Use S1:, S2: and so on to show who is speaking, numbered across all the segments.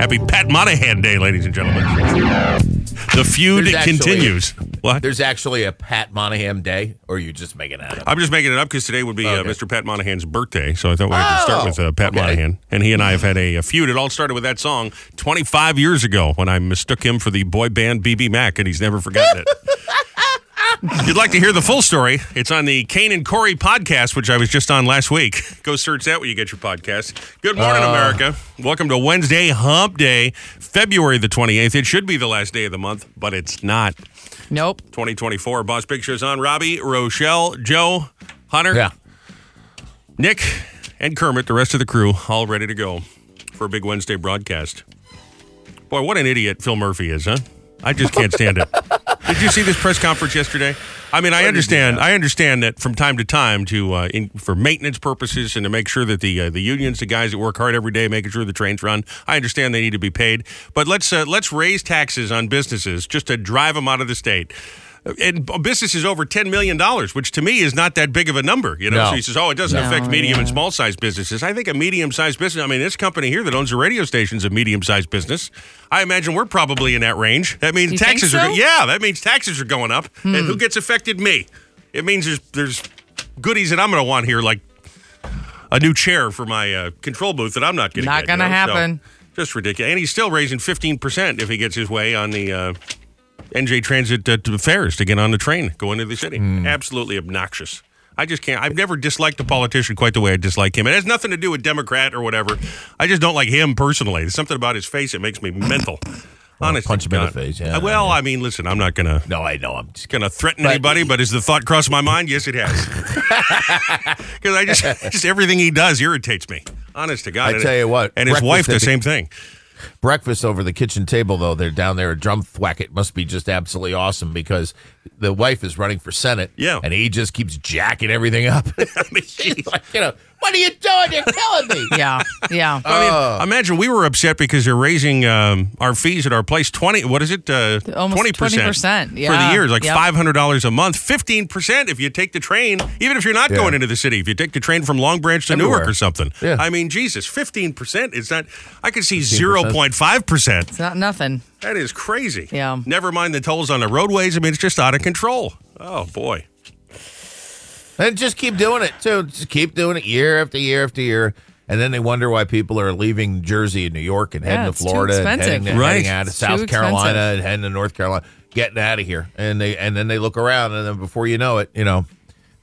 S1: Happy Pat Monahan Day, ladies and gentlemen. The feud
S2: There's actually-
S1: continues. What?
S2: There's actually a Pat Monahan day, or are you just making that up?
S1: I'm just making it up because today would be uh,
S2: Okay.
S1: Mr. Pat Monahan's birthday, so I thought we could start
S2: Oh,
S1: with uh, Pat
S2: okay.
S1: Monahan. And he and I have had a, a feud. It all started with that song 25 years ago when I mistook him for the boy band BB Mac, and he's never forgotten it. If you'd like to hear the full story, it's on the Kane and Corey podcast, which I was just on last week. Go search that when you get your podcast. Good morning,
S2: Uh.
S1: America. Welcome to Wednesday Hump Day, February the 28th. It should be the last day of the month, but it's not.
S3: Nope.
S1: 2024. Boss Big Show's on. Robbie, Rochelle, Joe, Hunter,
S2: Yeah.
S1: Nick, and Kermit, the rest of the crew, all ready to go for a big Wednesday broadcast. Boy, what an idiot Phil Murphy is, huh? I just can't stand it. Did you see this press conference yesterday? I mean, I understand. I understand that from time to time, to uh, in, for maintenance purposes and to make sure that the uh, the unions, the guys that work hard every day, making sure the trains run. I understand they need to be paid, but let's uh, let's raise taxes on businesses just to drive them out of the state. And b- businesses over ten million dollars, which to me is not that big of a number, you know.
S2: No.
S1: So he says, "Oh, it doesn't
S3: No,
S1: affect medium and
S3: yeah.
S1: small sized businesses." I think a medium sized business. I mean, this company here that owns the radio station is a medium sized business. I imagine we're probably in that range. That means
S3: You think
S1: taxes are
S3: so? Hmm.
S1: yeah. Yeah, that means taxes are going up. And who gets affected? Me. It means there's there's goodies that I'm going to want here, like a new chair for my uh, control booth that I'm not going to
S3: Not
S1: get.
S3: gonna
S1: you know? So,
S3: happen.
S1: just ridiculous. And he's still raising 15% if he gets his way on the uh, NJ Transit uh, to fares to get on the train, go into the city.
S3: Hmm.
S1: Absolutely obnoxious. I just can't. I've never disliked a politician quite the way I dislike him. It has nothing to do with Democrat or whatever. I just don't like him personally. There's something about his face that makes me mental. Honestly, uh,
S2: punch him in the face, yeah.
S1: Well, I mean, listen, I'm not gonna
S2: No, I know. I'm just
S1: gonna threaten
S2: But-
S1: anybody, but has the thought crossed my mind? Yes, it has. Because I just just everything he does irritates me. Honest to God.
S2: I
S1: And-
S2: tell you what,
S1: and his
S2: breakfast
S1: wife
S2: at
S1: the
S2: the-
S1: same thing.
S2: breakfast over the kitchen table though they're down there at drum thwack it must be just absolutely awesome because the wife is running for senate
S1: Yeah.
S2: and he just keeps jacking everything up
S1: I mean, geez.
S2: like you know what are you doing you're killing me
S3: Yeah. Yeah.
S1: I mean,
S2: Oh.
S1: imagine we were upset because they're raising um, our fees at our place twenty. What is it? Uh,
S3: Almost 20%,
S1: for
S3: yeah.
S1: the year, It's like
S3: Yep.
S1: five hundred dollars a month. Fifteen percent if you take the train, even if you're not going into the city. If you take the train from Long Branch to Newark
S2: Everywhere.
S1: or something.
S2: Yeah.
S1: I mean, Jesus, fifteen percent is not. I could see zero point five percent.
S3: it's not nothing.
S1: That is crazy.
S3: Yeah.
S1: Never mind the tolls on the roadways. I mean, it's just out of control. Oh boy.
S2: and just keep doing it too just keep doing it year after year after year and then they wonder why people are leaving Jersey and New York and heading
S3: Yeah,
S2: to
S3: it's too
S2: Florida and
S3: expensive.
S2: heading, and
S1: Right.
S2: heading out of
S3: It's too
S2: South Carolina
S3: expensive.
S2: and heading to North Carolina, getting out of here. And they and then they look around and then before you know it, you know,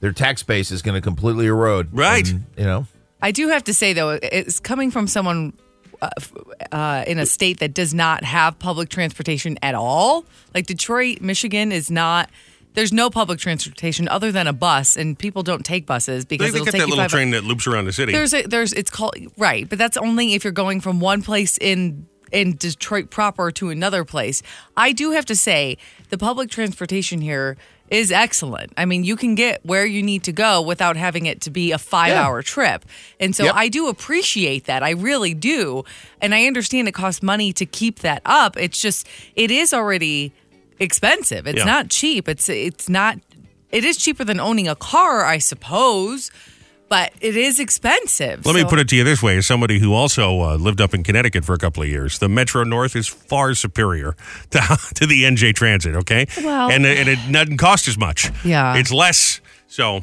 S2: their tax base is going to completely erode.
S1: Right.
S2: And, you know,
S3: I do have to say though, it's coming from someone uh, f- uh, in a state that does not have public transportation at all. Like Detroit, Michigan is not. There's no public transportation other than a bus, and people don't take buses
S1: They,
S3: because
S1: they
S3: it'll
S1: got
S3: take
S1: that
S3: you
S1: little
S3: five.
S1: train that loops around the city.
S3: There's a there's it's called right, but that's only if you're going from one place in in Detroit proper to another place. I do have to say the public transportation here is excellent. I mean, you can get where you need to go without having it to be a 5-hour trip. And so
S2: Yep.
S3: I do appreciate that. I really do. And I understand it costs money to keep that up. It's just it is already expensive. It's
S1: Yeah.
S3: not cheap. It's it's not it is cheaper than owning a car, I suppose but it is expensive.
S1: Let me
S3: so-
S1: put it to you this way: as somebody who also uh, lived up in Connecticut for a couple of years, the Metro North is far superior to, to the NJ Transit. Okay,
S3: Well-
S1: and and it doesn't cost as much.
S3: Yeah.
S1: it's less. So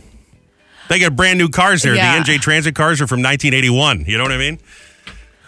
S1: they got brand new cars there.
S3: Yeah.
S1: The NJ Transit cars are from 1981. You know what I mean?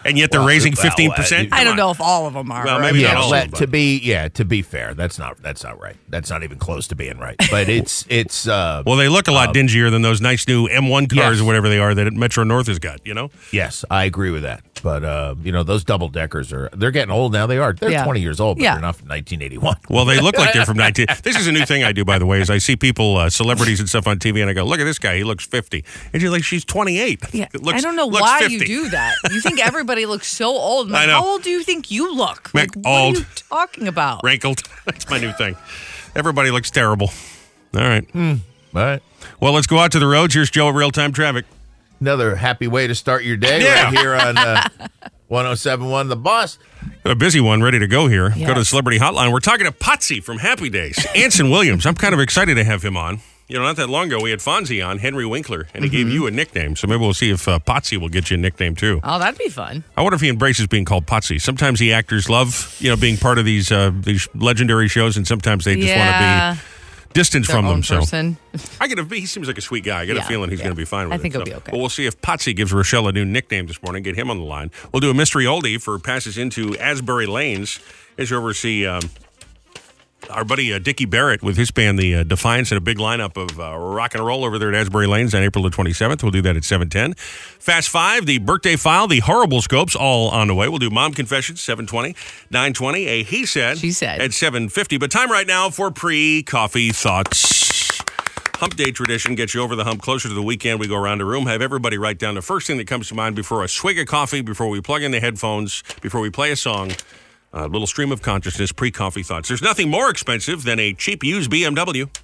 S1: And yet they're
S2: Well,
S1: raising
S2: well, uh,
S1: 15. percent
S3: I don't know if all of them are.
S1: Well,
S3: right?
S1: maybe not
S2: yeah,
S1: all of
S2: let-
S1: them,
S2: to
S1: but-
S2: be yeah, to be fair, that's not that's not right. That's not even close to being right. But it's it's uh
S1: Well, they look a lot dingier than those nice new M1 cars
S2: Yes.
S1: or whatever they are that Metro North has got. You know.
S2: yes, I agree with that. But uh, you know, those double deckers are they're getting old now. They are. They're
S3: Yeah.
S2: 20 years old, but
S3: Yeah.
S2: they're not from 1981.
S1: Well, they look like they're from 19. this is a new thing I do, by the way, is I see people, uh, celebrities and stuff on TV, and I go, look at this guy. He looks 50. And she's like, she's 28.
S3: Yeah,
S1: It looks-
S3: I don't know
S1: looks
S3: why
S1: 50.
S3: you do that. You think everybody looks so old. I'm
S1: I
S3: Like,
S1: know.
S3: How old do you think you look?
S1: Mac,
S3: Like, what are
S1: old.
S3: you talking about?
S1: Wrinkled. Oh. That's my new thing. Everybody looks terrible. All right.
S2: Hmm. All right.
S1: Well, let's go out to the roads. Here's Joe at Real Time Traffic.
S2: Another happy way to start your day
S1: Yeah.
S2: right here on uh, 1071 The Boss.
S1: Got a busy one ready to go here. Go to the
S3: Yes.
S1: celebrity hotline. We're talking to Potsy from Happy Days, Anson Williams. I'm kind of excited to have him on. You know, not that long ago, we had Fonzie on, Henry Winkler, and he gave
S2: Mm-hmm.
S1: you a nickname. So maybe we'll see if uh, Potsy will get you a nickname too.
S3: Oh, that'd be fun.
S1: I wonder if he embraces being called Potsy. Sometimes the actors love, you know, being part of these uh, these legendary shows, and sometimes they just
S3: yeah.
S1: want to be distanced
S3: their
S1: from
S3: own
S1: them. So
S3: person.
S1: I get a, he seems like a sweet guy. I get a
S3: Yeah,
S1: feeling he's
S3: yeah.
S1: going to be fine with
S3: I
S1: it.
S3: think he'll
S1: so.
S3: be okay.
S1: But we'll see if Potsy gives Rochelle a new nickname this morning. Get him on the line. We'll do a mystery oldie for passes into Asbury Lanes as you oversee um, our buddy uh, Dickie Barrett with his band, the uh, Defiance, and a big lineup of uh, rock and roll over there at Asbury Lanes on April the 27th. We'll do that at 7:10. Fast Five, the Birthday File, the Horrible Scopes, all on the way. We'll do Mom Confessions 7:20, 9:20, a He Said,
S3: She Said.
S1: at 7:50. But time right now for pre-coffee thoughts. Hump Day tradition gets you over the hump closer to the weekend. We go around the room, have everybody write down the first thing that comes to mind before a swig of coffee, before we plug in the headphones, before we play a song. A little stream of consciousness, pre coffee thoughts. There's nothing more expensive than a cheap used BMW.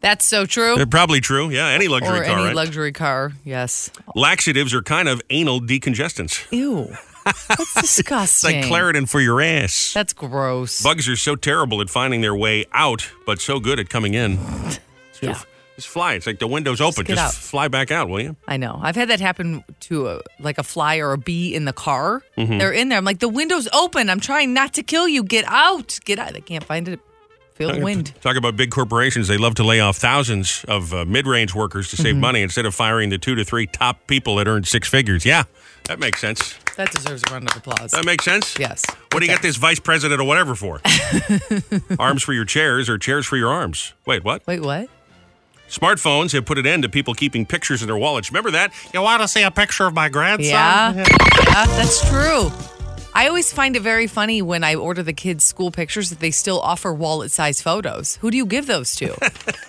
S3: That's so true.
S1: They're Uh, probably true. Yeah, any
S3: or
S1: luxury car,
S3: any
S1: right?
S3: luxury car. Yes.
S1: Laxatives are kind of anal decongestants.
S3: Ew. That's disgusting.
S1: Like Claritin for your ass.
S3: That's gross.
S1: Bugs are so terrible at finding their way out, but so good at coming in.
S3: Yeah.
S1: Just fly. It's like the window's open.
S3: get
S1: Just
S3: out.
S1: fly back out, will you?
S3: I know. I've had that happen to a, like a fly or a bee in the car.
S1: Mm-hmm.
S3: They're in there. I'm like, the window's open. I'm trying not to kill you. Get out. Get out. They can't find it. Feel the wind.
S1: Talk about big corporations. They love to lay off thousands of uh, mid range workers to save
S3: Mm-hmm.
S1: money instead of firing the two to three top people that earn six figures. Yeah, that makes sense.
S3: That deserves a round of applause.
S1: That makes sense?
S3: Yes.
S1: What do you got this vice president or whatever for? arms for your chairs or chairs for your arms? Wait, what?
S3: Wait, what?
S1: Smartphones have put an end to people keeping pictures in their wallets. Remember that? You want to see a picture of my grandson?
S3: Yeah. yeah, that's true. I always find it very funny when I order the kids' school pictures that they still offer wallet size photos. Who do you give those to?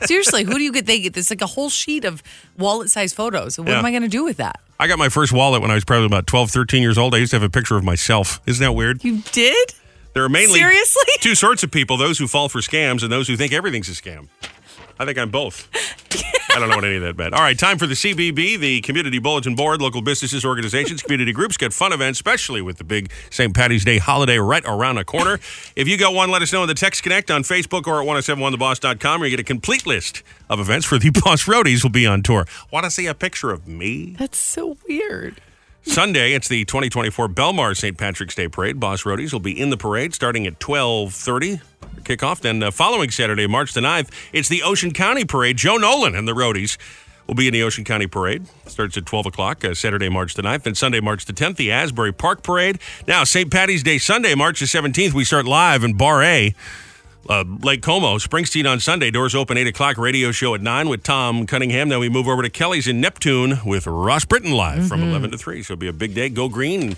S3: Seriously, who do you get? They get this like a whole sheet of wallet size photos. What
S1: Yeah.
S3: am I going to do with that?
S1: I got my first wallet when I was probably about 12, 13 years old. I used to have a picture of myself. Isn't that weird?
S3: You did?
S1: There are mainly
S3: Seriously?
S1: two sorts of people those who fall for scams and those who think everything's a scam. I think I'm both. I don't know what any of that meant. All right, time for the CBB, the Community Bulletin Board. Local businesses, organizations, community groups get fun events, especially with the big St. Patty's Day holiday right around the corner. if you got one, let us know in the Text Connect on Facebook or at 1071theboss.com, or you get a complete list of events for the Boss Roadies will be on tour. Want to see a picture of me?
S3: That's so weird.
S1: Sunday, it's the 2024 Belmar St. Patrick's Day Parade. Boss Roadies will be in the parade starting at 12:30 kickoff. Then the following Saturday, March the 9th, it's the Ocean County Parade. Joe Nolan and the Roadies will be in the Ocean County Parade. Starts at 12 o'clock uh, Saturday, March the 9th, and Sunday, March the 10th, the Asbury Park Parade. Now, St. Patty's Day Sunday, March the 17th, we start live in Bar A uh, Lake Como, Springsteen on Sunday. Doors open 8 o'clock. Radio show at 9 with Tom Cunningham. Then we move over to Kelly's in Neptune with Ross Britton live from 11 to 3. So it'll be a big day. Go green and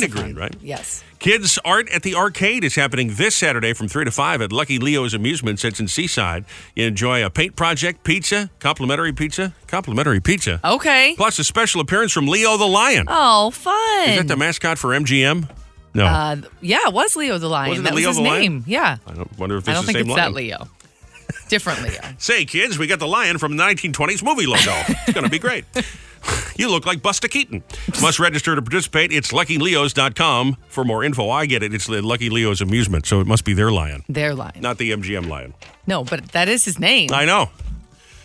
S3: Mm-hmm. Lots
S1: the
S3: of fun.
S1: green, right?
S3: Yes.
S1: Kids Art at the Arcade is happening this Saturday from 3 to 5 at Lucky Leo's Amusement Sets in Seaside. You enjoy a paint project, pizza, complimentary pizza, complimentary pizza,
S3: Okay.
S1: plus a special appearance from Leo the Lion.
S3: Oh, fun.
S1: Is that the mascot for MGM? No.
S3: uh, yeah, it was Leo the Lion.
S1: Wasn't it
S3: that
S1: Leo
S3: was his
S1: the Lion?
S3: name. Yeah.
S1: I don't wonder if
S3: I
S1: this
S3: don't
S1: is the
S3: think
S1: same
S3: it's
S1: lion.
S3: that Leo. Different Leo.
S1: Say, kids, we got the lion from the 1920s movie logo. It's going to be great. You look like Busta Keaton. Must register to participate. It's luckyleos.com for more info. I get it. It's the Lucky Leo's amusement, so it must be their lion,
S3: Their lion.
S1: not the MGM lion.
S3: No, but that is his name.
S1: I know.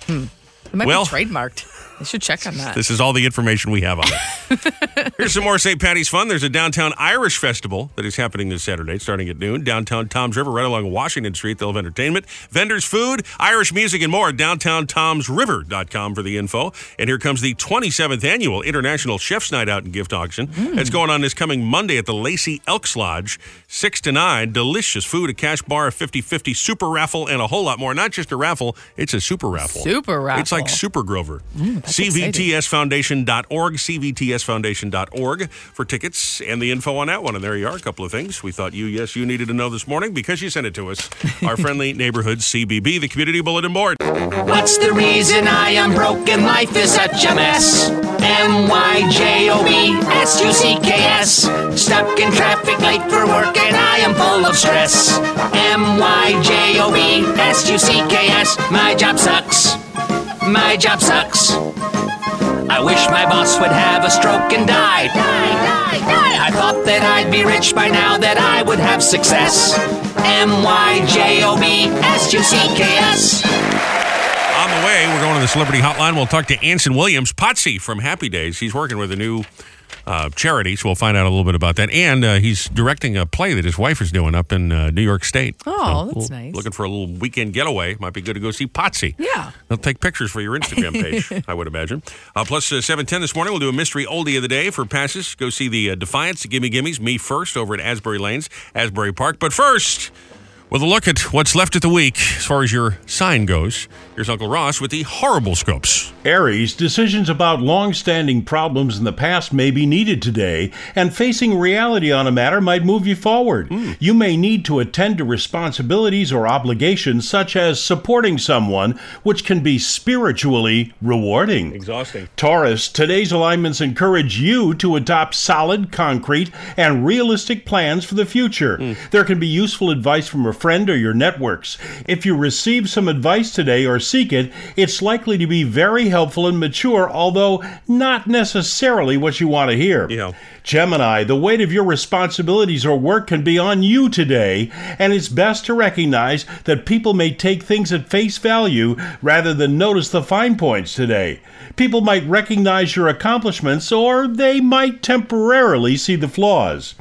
S3: It might
S1: Uh, Well-
S3: be trademarked. I should check on that.
S1: This is all the information we have on it. Here's some more St. Patty's fun. There's a downtown Irish festival that is happening this Saturday, starting at noon. Downtown Tom's River, right along Washington Street. They'll have entertainment, vendors, food, Irish music, and more. DowntownTom'sRiver.com for the info. And here comes the 27th annual International Chef's Night Out and Gift Auction.
S3: Hmm.
S1: It's going on this coming Monday at the Lacey Elks Lodge, 6 to 9. Delicious food, a cash bar, a 50 50 super raffle, and a whole lot more. Not just a raffle, it's a super raffle.
S3: Super
S1: It's
S3: raffle.
S1: like
S3: Mm,
S1: Super Grover.
S4: Oh,
S3: exciting.
S1: CVTSFoundation.org, CVTSFoundation.org for tickets and the info on that one. And there you are, a couple of things we thought you, yes, you needed to know this morning because you sent it to us. Our friendly neighborhood CBB, the Community Bulletin Board.
S5: What's the reason I am broken? Life is such a mess. M Y J O B S U C K S. Stuck in traffic, late for work, and I am full of stress. M Y J O B S U C K S. My job sucks. My job sucks. I wish my boss would have a stroke and die. Die, die, die. I thought that I'd be rich by now, that I would have success. M Y J O B S U C K S.
S1: I'm on the way, we're going to the celebrity hotline. We'll talk to Anson Williams, Potsy from Happy Days. He's working with a new uh, charity, so we'll find out a little bit about that. And uh, he's directing a play that his wife is doing up in uh, New York State.
S3: Oh,
S1: So
S3: that's
S1: we'll-
S3: nice.
S1: Looking for a little weekend getaway. Might be good to go see Potsy.
S3: Yeah.
S1: They'll take pictures for your Instagram page, I would imagine. Uh, plus, uh, 710 this morning, we'll do a mystery oldie of the day for passes. Go see the uh, Defiance, the Gimme Gimmes, Me First over at Asbury Lanes, Asbury Park. But first, with a look at what's left of the week as far as your sign goes, here's Uncle Ross with the horrible scopes.
S4: Aries, decisions about long standing problems in the past may be needed today, and facing reality on a matter might move you forward.
S1: Hmm.
S4: You may need to attend to responsibilities or obligations, such as supporting someone, which can be spiritually rewarding.
S1: Exhausting.
S4: Taurus, today's alignments encourage you to adopt solid, concrete, and realistic plans for the future. There can be useful advice from a friend or your networks. If you receive some advice today or seek it, it's likely to be very helpful and mature, although not necessarily what you want to hear.
S1: Yeah.
S4: Gemini, the weight of your responsibilities or work can be on you today, and it's best to recognize that people may take things at face value rather than notice the fine points today. People might recognize your accomplishments or they might temporarily see the flaws.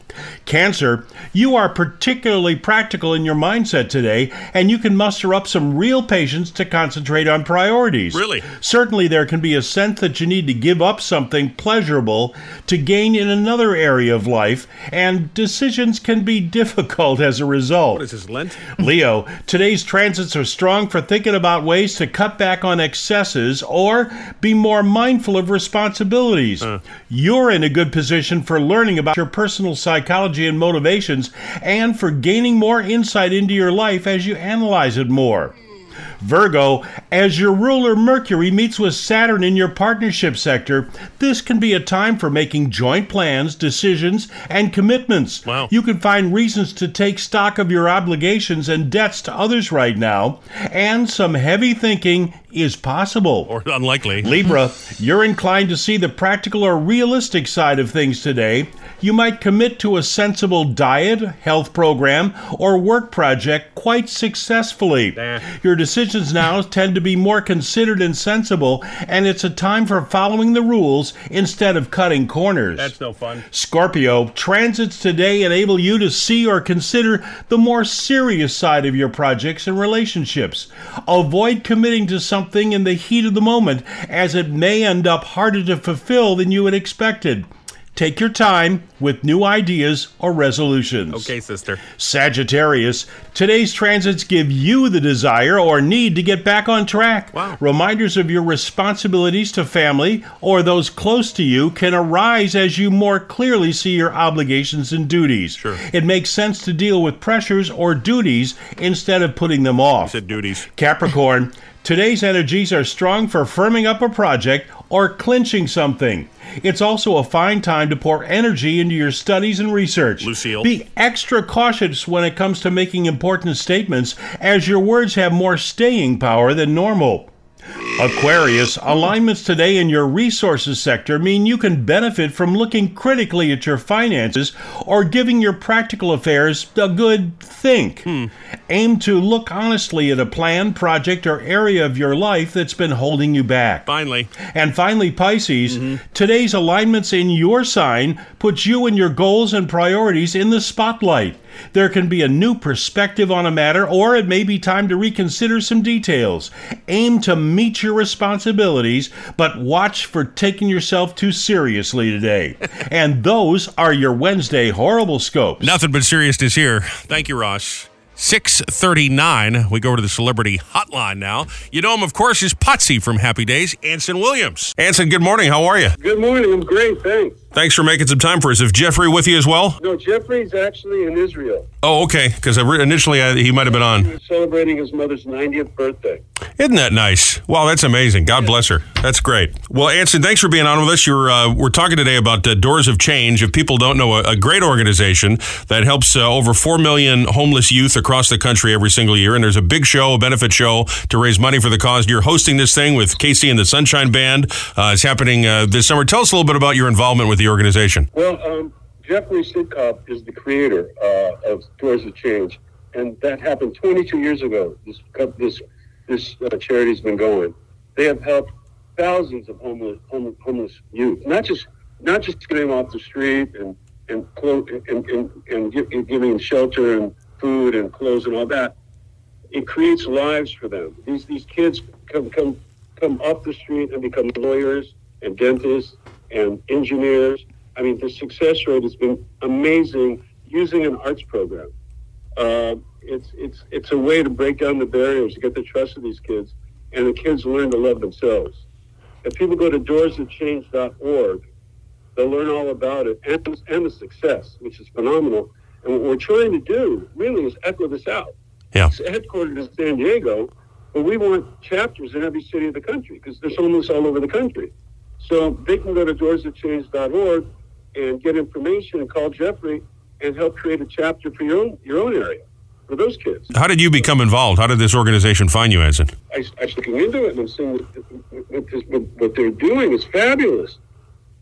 S4: Cancer, you are particularly practical in your mindset today, and you can muster up some real patience to concentrate on priorities.
S1: Really?
S4: Certainly, there can be a sense that you need to give up something pleasurable to gain in another area of life, and decisions can be difficult as a result.
S1: What is this, Lent?
S4: Leo, today's transits are strong for thinking about ways to cut back on excesses or be more mindful of responsibilities. You're in a good position for learning about your personal psychology and motivations and for gaining more insight into your life as you analyze it more. Virgo, as your ruler Mercury meets with Saturn in your partnership sector, this can be a time for making joint plans, decisions, and commitments.
S1: Wow.
S4: You can find reasons to take stock of your obligations and debts to others right now, and some heavy thinking is possible.
S1: Or unlikely.
S4: Libra, you're inclined to see the practical or realistic side of things today. You might commit to a sensible diet, health program, or work project quite successfully. Your decisions now tend to be more considered and sensible, and it's a time for following the rules instead of cutting corners.
S1: no fun.
S4: Scorpio, transits today enable you to see or consider the more serious side of your projects and relationships. Avoid committing to something in the heat of the moment, as it may end up harder to fulfill than you had expected. Take your time with new ideas or resolutions.
S1: Okay, sister.
S4: Sagittarius, today's transits give you the desire or need to get back on track.
S1: Wow.
S4: Reminders of your responsibilities to family or those close to you can arise as you more clearly see your obligations and duties.
S1: Sure.
S4: It makes sense to deal with pressures or duties instead of putting them off.
S1: Said duties.
S4: Capricorn, today's energies are strong for firming up a project or clinching something. It's also a fine time to pour energy into your studies and research.
S1: Lucille.
S4: Be extra cautious when it comes to making important statements, as your words have more staying power than normal. Aquarius, alignments today in your resources sector mean you can benefit from looking critically at your finances or giving your practical affairs a good think. Aim to look honestly at a plan, project, or area of your life that's been holding you back.
S1: Finally.
S4: And finally, Pisces, today's alignments in your sign puts you and your goals and priorities in the spotlight. There can be a new perspective on a matter, or it may be time to reconsider some details. Aim to meet your responsibilities, but watch for taking yourself too seriously today. and those are your Wednesday horrible scopes.
S1: Nothing but seriousness here. Thank you, Ross. 639. We go to the celebrity hotline now. You know him, of course, is Potsy from Happy Days, Anson Williams. Anson, good morning. How are you?
S6: Good morning. I'm great. Thanks.
S1: Thanks for making some time for us. Is Jeffrey with you as well?
S6: No, Jeffrey's actually in Israel.
S1: Oh, okay. Because initially I, he might have been on.
S6: He's celebrating his mother's 90th birthday.
S1: Isn't that nice? Wow, that's amazing. God bless her. That's great. Well, Anson, thanks for being on with us. You're, uh, we're talking today about uh, Doors of Change. If people don't know, a, a great organization that helps uh, over 4 million homeless youth across the country every single year. And there's a big show, a benefit show to raise money for the cause. You're hosting this thing with Casey and the Sunshine Band. Uh, it's happening uh, this summer. Tell us a little bit about your involvement with the organization.
S6: Well, um, Jeffrey Sidcup is the creator uh, of Doors of Change, and that happened 22 years ago. This co- this this uh, charity's been going, They have helped thousands of homeless homeless, homeless youth, not just not just getting them off the street and and clo- and, and, and, gi- and giving them shelter and food and clothes and all that. It creates lives for them. These these kids come come come up the street and become lawyers and dentists and engineers. I mean, the success rate has been amazing using an arts program. Uh, it's it's it's a way to break down the barriers to get the trust of these kids, and the kids learn to love themselves. If people go to doorsofchange.org, they'll learn all about it and, and the success, which is phenomenal. And what we're trying to do really is echo this out.
S1: Yeah.
S6: It's headquartered in San Diego, but we want chapters in every city of the country because there's homeless all over the country. So they can go to doorsofchange.org and get information and call Jeffrey and help create a chapter for your own, your own area for those kids.
S1: How did you become involved? How did this organization find you, Ensign?
S6: I, I was looking into it and I'm seeing what, what, this, what, what they're doing is fabulous.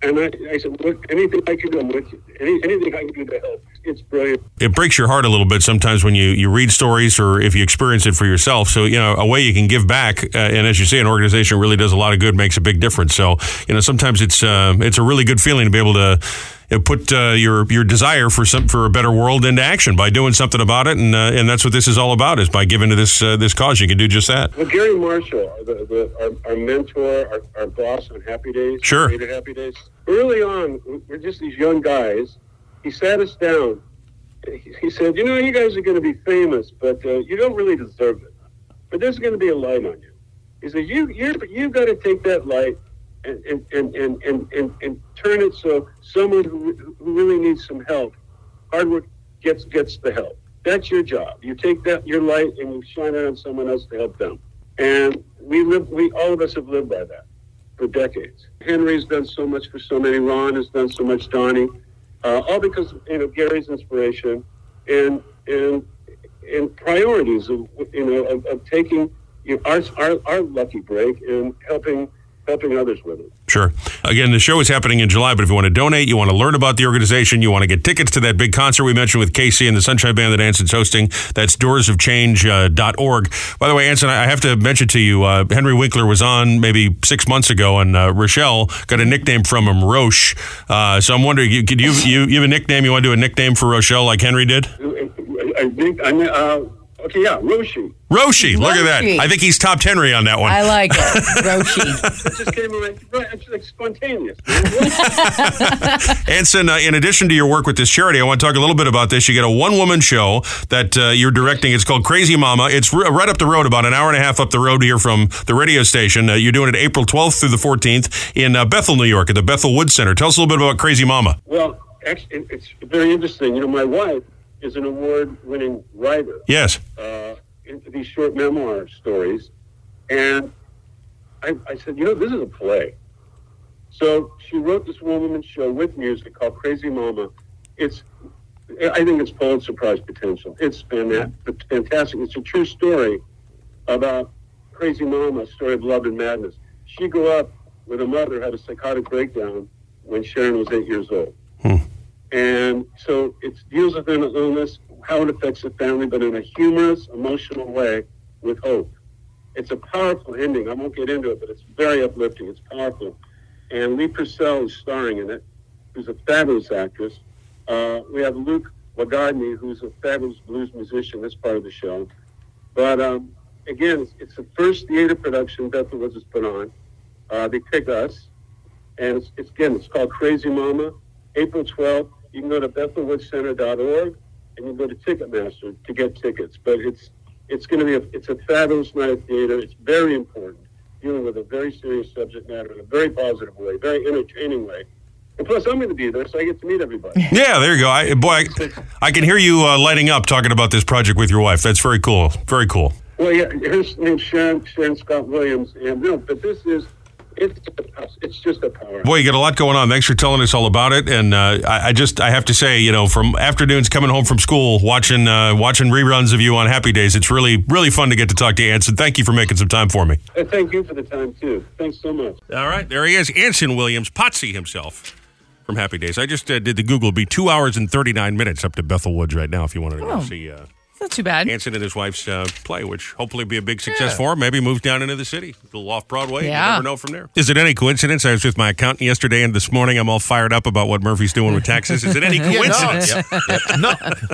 S6: And I, I said, look, anything I can do, I'm with you. Any, anything I can do to help, it's brilliant.
S1: It breaks your heart a little bit sometimes when you, you read stories or if you experience it for yourself. So, you know, a way you can give back. Uh, and as you say, an organization really does a lot of good, makes a big difference. So, you know, sometimes it's uh, it's a really good feeling to be able to you know, put uh, your your desire for some for a better world into action by doing something about it. And uh, and that's what this is all about is by giving to this uh, this cause. You can do just that.
S6: Well, Gary Marshall, the, the, our, our mentor, our, our boss on Happy Days,
S1: Sure.
S6: created Happy Days. Early on, we- we're just these young guys. He sat us down. He, he said, "You know, you guys are going to be famous, but uh, you don't really deserve it. But there's going to be a light on you." He said, "You, you're, you've got to take that light and and, and, and, and, and and turn it so someone who, who really needs some help, hard work gets gets the help. That's your job. You take that your light and you shine it on someone else to help them. And we live. We all of us have lived by that for decades. Henry's done so much for so many. Ron has done so much. Donnie, uh, all because you know Gary's inspiration and and and priorities of you know of, of taking you know, our, our our lucky break and helping helping others with it.
S1: Sure. Again, the show is happening in July, but if you want to donate, you want to learn about the organization, you want to get tickets to that big concert we mentioned with Casey and the Sunshine Band that Anson's hosting, that's doorsofchange.org. By the way, Anson, I I have to mention to you, uh, Henry Winkler was on maybe six months ago, and uh, Rochelle got a nickname from him, Roche. Uh, so I'm wondering, you, could you, you, you have a nickname? You want to do a nickname for Rochelle like Henry did?
S6: I think I mean, uh, okay, yeah, Roshi.
S1: Roshi. Look at that.
S3: Roche.
S1: I think he's topped Henry on that one.
S3: I like it. Roshi.
S6: It just came away. Right, it's like spontaneous.
S1: Anson, uh, in addition to your work with this charity, I want to talk a little bit about this. You got a one woman show that uh, you're directing. It's called Crazy Mama. It's r- right up the road, about an hour and a half up the road here from the radio station. Uh, you're doing it April 12th through the 14th in uh, Bethel, New York, at the Bethel Wood Center. Tell us a little bit about Crazy Mama.
S6: Well, actually, it's very interesting. You know, my wife is an award-winning writer.
S1: Yes.
S6: uh, into these short memoir stories. And I, I said, you know, this is a play. So she wrote this one woman show with music called Crazy Mama. It's, I think it's Pulitzer Prize potential. It's fan- fantastic. It's a true story about Crazy Mama, a story of love and madness. She grew up with a mother who had a psychotic breakdown when Sharon was eight years old. And so it deals with mental illness, how it affects the family, but in a humorous, emotional way with hope. It's a powerful ending. I won't get into it, but it's very uplifting. It's powerful. And Lee Purcell is starring in it, who's a fabulous actress. Uh, we have Luke Wagodny, who's a fabulous blues musician. That's part of the show. But um, again, it's, it's the first theater production Bethel Woods has put on. Uh, they pick us. And it's, it's again, it's called Crazy Mama. April 12th, you can go to bethelwoodcenter.org and you can go to Ticketmaster to get tickets. But it's it's going to be a, it's a fabulous night of theater. It's very important, dealing with a very serious subject matter in a very positive way, very entertaining way. And plus, I'm going to be there, so I get to meet everybody.
S1: Yeah, there you go. I, boy, I, I can hear you uh, lighting up talking about this project with your wife. That's very cool. Very cool.
S6: Well, yeah, her name's Sharon, Sharon Scott Williams, and no, but this is it's it's just a power.
S1: Boy, you got a lot going on. Thanks for telling us all about it. And uh, I, I just, I have to say, you know, from afternoons coming home from school, watching uh, watching reruns of you on Happy Days, it's really, really fun to get to talk to you, Anson. Thank you for making some time for me.
S6: And thank you for the time too. Thanks so much.
S1: All right, there he is, Anson Williams, Potsy himself from
S2: Oh.
S1: Happy Days. I just uh, did the Google. It'd be two hours and thirty nine minutes up to Bethel Woods right now. If you wanted to go see uh,
S3: Not too bad.
S1: Hanson and his wife's uh, play, which hopefully be a big success for him. Maybe move down into the city, a little off Broadway. You
S3: Yeah.
S1: never know from there. Is it any coincidence? I was with my accountant yesterday, and this morning I'm all fired up about what Murphy's doing with taxes. Is it any
S2: Yeah,
S1: coincidence?
S2: no.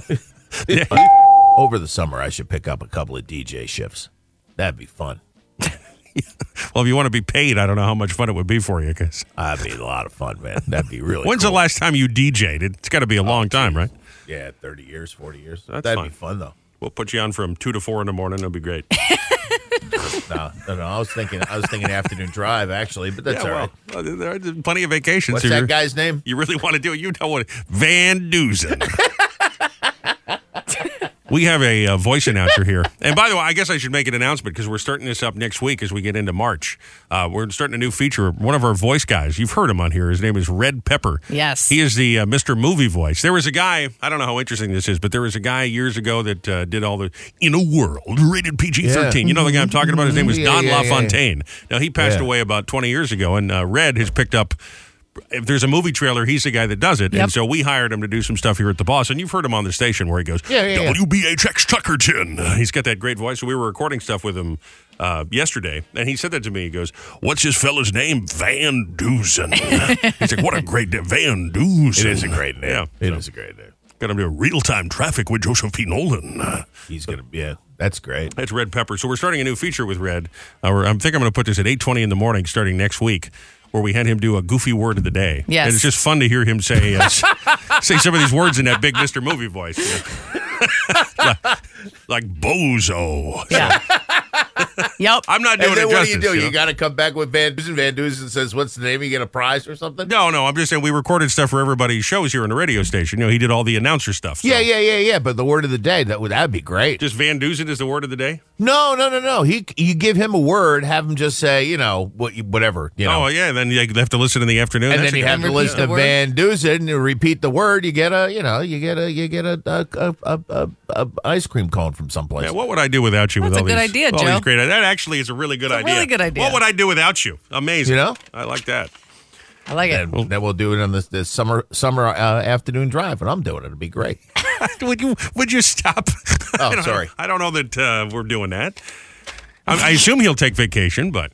S2: Yep, yep, no. Over the summer, I should pick up a couple of DJ shifts. That'd be fun.
S1: Well, if you want to be paid, I don't know how much fun it would be for you. Cause
S2: That'd be a lot of fun, man. That'd be really.
S1: when's
S2: cool. Oh,
S1: the last time you DJ'd? It's got to be a long time, right?
S2: Yeah, thirty years, forty years.
S1: That's
S2: That'd
S1: fine.
S2: be fun though.
S1: We'll put you on from two to four in the morning. It'll be great.
S2: No, no, no. I was thinking, I was thinking afternoon drive actually, but that's
S1: yeah,
S2: all right.
S1: well, uh, there are plenty of vacations.
S2: What's
S1: if
S2: that
S1: you're-
S2: guy's name?
S1: You really want to do it? You know what? Van Dusen. we have a uh, voice announcer here. And by the way, I guess I should make an announcement because we're starting this up next week as we get into March. Uh, we're starting a new feature. One of our voice guys, you've heard him on here. His name is Red Pepper.
S3: Yes.
S1: He is the uh, Mr. Movie voice. There was a guy, I don't know how interesting this is, but there was a guy years ago that uh, did all the In a World, rated PG 13. You know the guy I'm talking about? His name was
S2: Yeah,
S1: Don
S2: yeah, yeah, yeah.
S1: LaFontaine. Now, he passed
S2: Yeah.
S1: away about 20 years ago, and uh, Red has picked up if there's a movie trailer, he's the guy that does it.
S3: Yep.
S1: And so we hired him to do some stuff here at the boss. And you've heard him on the station where he goes,
S2: Yeah, yeah, yeah.
S1: WBHX Tuckerton. He's got that great voice. We were recording stuff with him uh, yesterday, and he said that to me. He goes, What's his fella's name? Van Dusen. He's like, What a great name. Van Dusen.
S2: It is a great name.
S1: Yeah.
S2: it is a great name.
S1: Got him to real time traffic with Joseph P. Nolan.
S2: He's gonna. Yeah, that's great.
S1: That's Red Pepper. So we're starting a new feature with Red. Uh, we're, I think I'm going to put this at 8:20 in the morning, starting next week, where we had him do a goofy word of the day.
S3: Yes.
S1: and it's just fun to hear him say uh, s- say some of these words in that big Mister Movie voice, you know. like, like bozo.
S3: Yeah. yep.
S1: I'm not doing
S2: And then
S1: it
S2: what
S1: justice,
S2: do you do? You,
S1: know?
S2: got to come back with Van Dusen. Van Dusen says, "What's the name? You get a prize or something?"
S1: no, no. I'm just saying we recorded stuff for everybody's shows here on the radio station. You know, he did all the announcer stuff. so-
S2: Yeah, yeah, yeah, yeah. But the word of the day that would that'd be great.
S1: Just Van Dusen is the word of the day.
S2: No, no, no, no. He you give him a word, have him just say, you know, what, you- whatever, you know.
S1: Oh yeah, then they have to listen in the afternoon.
S2: and
S1: That's
S2: then
S1: a
S2: you
S1: good-
S2: have to
S3: And repeat
S2: listen
S3: the
S2: to
S3: word.
S2: Van Dusen and repeat the word. You get a, you know, you get a, you get a, a, a, a, a, a ice cream cone from someplace.
S1: Yeah, what would I do without you? with
S3: That's
S1: all
S3: a good
S1: these,
S3: idea,
S1: all
S3: Joe.
S1: These great, that actually is a really good
S3: It's a
S1: idea.
S3: really good idea.
S1: What would I do without you? Amazing.
S2: You know?
S1: I like that.
S3: I like it.
S2: and then we'll do it on this, this summer summer uh, afternoon drive, and I'm doing it. It'd be great.
S1: would you? Would you stop?
S2: Oh,
S1: I don't-
S2: sorry.
S1: I don't know that uh, we're doing that. I, I assume he'll take vacation, but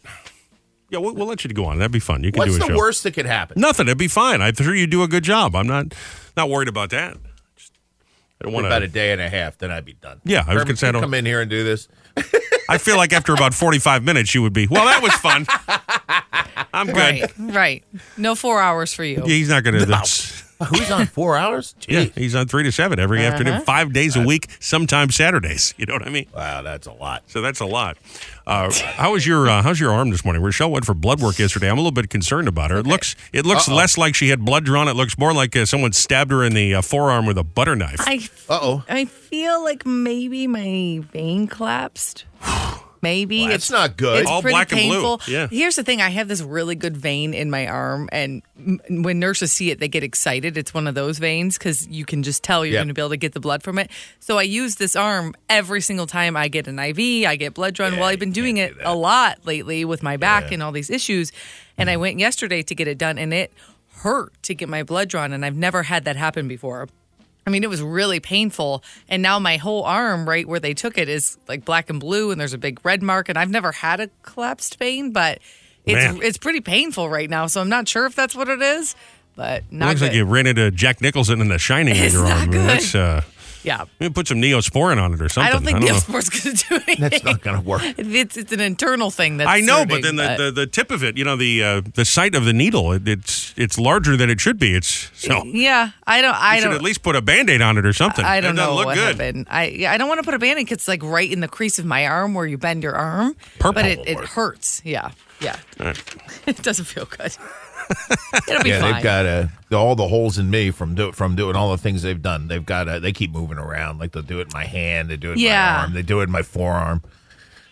S1: yeah, we'll, we'll let you go on. That'd be fun. You can
S2: What's
S1: do a
S2: the
S1: show.
S2: worst that could happen?
S1: Nothing. It'd be fine. I'm sure you do a good job. I'm not not worried about that. Just, I don't want
S2: About a
S1: to.
S2: day and a half, then I'd be done.
S1: Yeah, I was gonna say I
S2: you
S1: don't-
S2: come in here and do this.
S1: I feel like after about 45 minutes, you would be. Well, that was fun. I'm good.
S3: Right. Right. No four hours for you.
S1: Yeah, he's not going to. that's
S2: Who's on four hours?
S1: Yeah,
S2: Gee.
S1: he's on three to seven every
S3: Uh-huh.
S1: afternoon, five days a week, sometimes Saturdays. You know what I mean?
S2: Wow, that's a lot.
S1: So that's a lot. Uh, how was your uh, How's your arm this morning? Rochelle went for blood work yesterday. I'm a little bit concerned about her. It looks It looks less like she had blood drawn. It looks more like uh, someone stabbed her in the uh, forearm with a butter knife.
S3: I
S2: Uh oh.
S3: I feel like maybe my vein collapsed. Maybe
S2: That's
S3: it's
S2: not good.
S3: It's
S1: All
S3: pretty
S1: black and blue.
S3: painful.
S1: Yeah.
S3: Here's the thing: I have this really good vein in my arm, and m- when nurses see it, they get excited. It's one of those veins because you can just tell you're
S2: Yep.
S3: going to be able to get the blood from it. So I use this arm every single time I get an IV, I get blood drawn. well, I've been doing it a lot lately with my back and all these issues, and
S1: Mm.
S3: I went yesterday to get it done, and it hurt to get my blood drawn, and I've never had that happen before. I mean, it was really painful. And now my whole arm, right where they took it, is like black and blue, and there's a big red mark. And I've never had a collapsed vein, but it's
S1: Man.
S3: it's pretty painful right now. So I'm not sure if that's what it is, but
S1: It
S3: not
S1: looks
S3: good.
S1: like you ran into Jack Nicholson in The Shining in
S3: It's
S1: your
S3: not
S1: arm.
S3: good.
S1: That's, uh,
S3: yeah.
S1: maybe put some neosporin on it or
S3: I
S1: something.
S3: don't think
S1: know.
S3: Neosport's going to do anything.
S2: That's not going to work.
S3: it's, it's an internal thing that's
S1: I know, but then
S3: hurting,
S1: the, the, the tip of it, you know, the uh, the site of the needle, it, it's it's larger than it should be. It's so
S3: yeah, I don't. I
S1: You should
S3: don't.
S1: at least put a band-aid on it or something.
S3: I don't
S1: that
S3: know
S1: look
S3: what
S1: good.
S3: happened. I yeah, I don't want to put a band aid 'cause it's like right in the crease of my arm where you bend your arm.
S1: Purple
S3: But it,
S1: will
S3: it
S1: work.
S3: hurts. Yeah. Yeah. it doesn't feel good. It'll be
S2: Yeah,
S3: fine.
S2: they've got uh, the- all the holes in me from do, from doing all the things they've done. They've got uh, they keep moving around. Like they'll do it in my hand, they do it in
S3: Yeah.
S2: my arm, they do it in my forearm.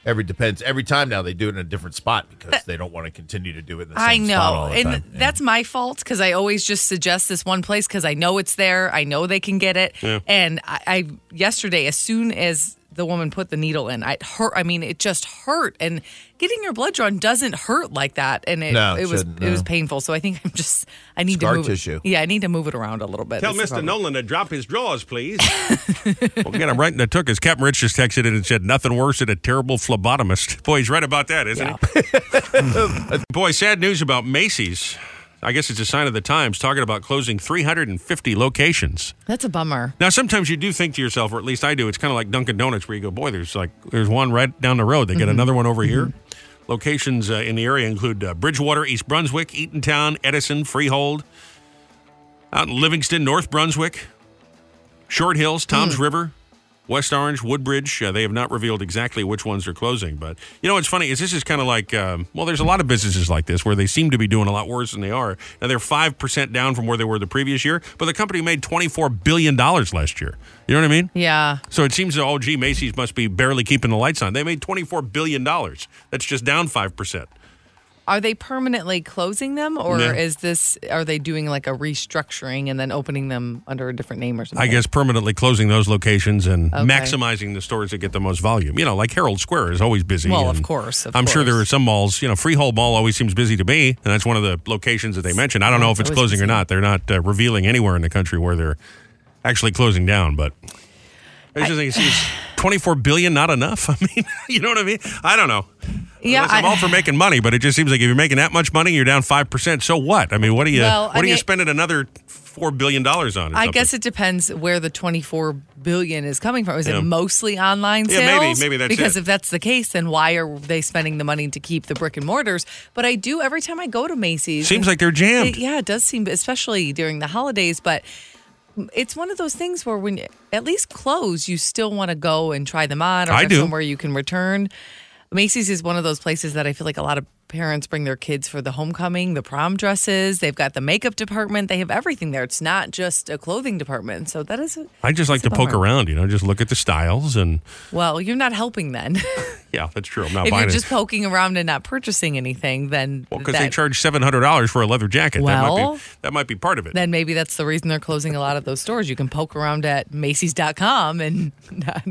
S2: Every depends every time now they do it in a different spot because they don't want to continue to do it in the same
S3: I
S2: spot all
S3: know.
S2: the
S3: And
S2: time.
S3: that's my fault because I always just suggest this one place because I know it's there. I know they can get it. And I, I yesterday, as soon as the woman put the needle in. It hurt. I mean, it just hurt. And getting your blood drawn doesn't hurt like that. And it,
S2: No,
S3: it,
S2: it
S3: was
S2: shouldn't,
S3: it was
S2: no.
S3: painful. So I think I'm just I need
S2: Scar
S3: to move
S2: tissue.
S3: It. Yeah, I need to move it around a little bit.
S1: Tell
S3: That's the
S1: Mr.
S3: problem.
S1: Nolan to drop his drawers, please. well, again, I'm right in the took. As Captain Rich just texted in and said, nothing worse than a terrible phlebotomist. Boy, he's right about that, isn't he? Boy, sad news about Macy's. I guess it's a sign of the times talking about closing 350 locations.
S3: That's a bummer.
S1: Now, sometimes you do think to yourself, or at least I do, it's kind of like Dunkin' Donuts, where you go, boy, there's like there's one right down the road. They got another one over here. Locations uh, in the area include uh, Bridgewater, East Brunswick, Eatontown, Edison, Freehold, out in Livingston, North Brunswick, Short Hills, Tom's River, West Orange, Woodbridge. Uh, they have not revealed exactly which ones are closing, but you know what's funny is this is kind of like um, well, there's a lot of businesses like this where they seem to be doing a lot worse than they are. Now they're five percent down from where they were the previous year, but the company made twenty four billion dollars last year. You know what I mean?
S3: Yeah.
S1: So it seems that oh, gee, Macy's must be barely keeping the lights on. They made twenty four billion dollars. That's just down five percent.
S3: Are they permanently closing them, or
S1: No.
S3: is this are they doing like a restructuring and then opening them under a different name or something?
S1: I guess permanently closing those locations and
S3: Okay.
S1: maximizing the stores that get the most volume. You know, like Herald Square is always busy.
S3: Well, of
S1: and
S3: course, of
S1: I'm sure there
S3: course.
S1: are some malls. You know, Freehold Mall always seems busy to me, and that's one of the locations that they mentioned. I don't know if
S3: it's
S1: it's
S3: always
S1: closing or
S3: busy.
S1: not. They're not uh, revealing anywhere in the country where they're actually closing down, but. I just think it's 24 billion not enough. I mean, you know what I mean? I don't know.
S3: Yeah,
S1: Unless I'm
S3: I-
S1: all for making money, but it just seems like if you're making that much money, you're down 5%. So what? I mean, what are you
S3: Well, I
S1: what are you
S3: mean-
S1: spending another 4 billion dollars on? or
S3: I
S1: something?
S3: guess it depends where the 24 billion is coming from. Is
S1: Yeah.
S3: it mostly online
S1: Yeah,
S3: sales?
S1: maybe- maybe that's
S3: because
S1: it.
S3: if that's the case, then why are they spending the money to keep the brick and mortars? But I do every time I go to Macy's.
S1: Seems like they're jammed.
S3: It- yeah, it does seem, especially during the holidays. But it's one of those things where when at least clothes, you still want to go and try them on, or
S1: I
S3: have
S1: do.
S3: somewhere you can return. Macy's is one of those places that I feel like a lot of parents bring their kids for the homecoming, the prom dresses. They've got the makeup department. They have everything there. It's not just a clothing department. So that is, a,
S1: I just like to
S3: It's a
S1: poke
S3: bummer.
S1: around, you know, just look at the styles and
S3: well, you're not helping then.
S1: yeah, that's true. I'm not
S3: if
S1: buying
S3: you're
S1: it.
S3: just poking around and not purchasing anything, then
S1: well, because
S3: that-
S1: they charge seven hundred dollars for a leather jacket. that might
S3: Well-
S1: be that might be part of it.
S3: then maybe that's the reason they're closing a lot of those stores. You can poke around at Macy's.com and not,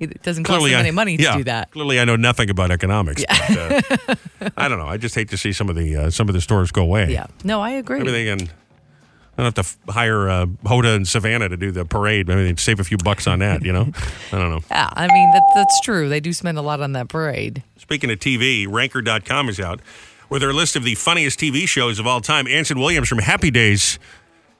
S3: it doesn't cost them
S1: I-
S3: any money to
S1: yeah,
S3: do that.
S1: Clearly, I know nothing about economics. but, uh, I don't know. I just hate to see some of the uh, some of the stores go away.
S3: Yeah. No, I agree.
S1: maybe they can. I don't have to f- hire uh, Hoda and Savannah to do the parade. Maybe they'd save a few bucks on that. You know, I don't know.
S3: Yeah, I mean, that, that's true. They do spend a lot on that parade.
S1: Speaking of TV, ranker.com is out with their list of the funniest TV shows of all time. Anson Williams from Happy Days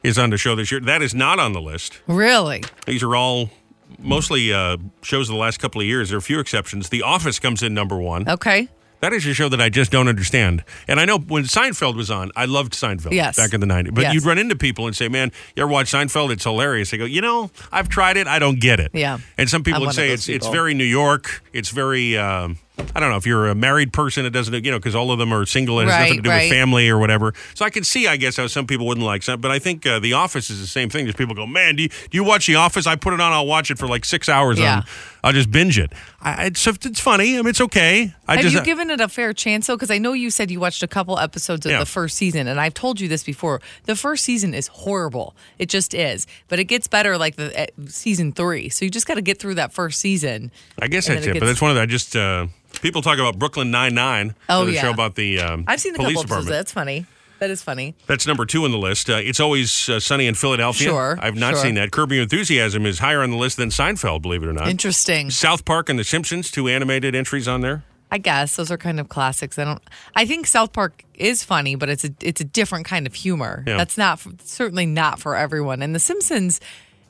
S1: is on the show this year. That is not on the list.
S3: Really?
S1: These are all mostly uh, shows of the last couple of years. There are a few exceptions. The Office comes in number one.
S3: Okay.
S1: That is a show that I just don't understand. And I know when Seinfeld was on, I loved Seinfeld
S3: Yes.
S1: back in the 90s. But
S3: Yes.
S1: you'd run into people and say, man, you ever watch Seinfeld? It's hilarious. They go, you know, I've tried it. I don't get it.
S3: Yeah.
S1: And some people
S3: I'm one
S1: would
S3: of
S1: say
S3: those
S1: it's, it's
S3: people.
S1: very New York. It's very, um, I don't know, if you're a married person, it doesn't, you know, because all of them are single and it has
S3: Right,
S1: nothing to do with
S3: right.
S1: family or whatever. So I can see, I guess, how some people wouldn't like some. But I think uh, The Office is the same thing. There's people go, man, do you, do you watch The Office? I put it on. I'll watch it for like six hours.
S3: Yeah.
S1: On, I'll just binge it. I, it's, it's funny. I mean, it's okay. I
S3: Have
S1: just, uh,
S3: you given it a fair chance, though? Because I know you said you watched a couple episodes of
S1: Yeah.
S3: the first season, and I've told you this before. The first season is horrible. It just is. But it gets better like the at season three. So you just got to get through that first season.
S1: I guess
S3: and
S1: that's it,
S3: then it
S1: but
S3: gets-
S1: that's one of the. I just uh, people talk about Brooklyn Nine Nine.
S3: Oh,
S1: the
S3: yeah.
S1: show about the um,
S3: I've seen a
S1: police
S3: couple episodes.
S1: department.
S3: That's funny. That is funny.
S1: That's number two on the list. Uh, it's always uh, sunny in Philadelphia.
S3: Sure,
S1: I've not
S3: sure.
S1: seen that. Curb Your Enthusiasm is higher on the list than Seinfeld. Believe it or not.
S3: Interesting.
S1: South Park and The Simpsons, two animated entries on there.
S3: I guess those are kind of classics. I don't. I think South Park is funny, but it's a it's a different kind of humor.
S1: Yeah.
S3: That's not f- certainly not for everyone. And The Simpsons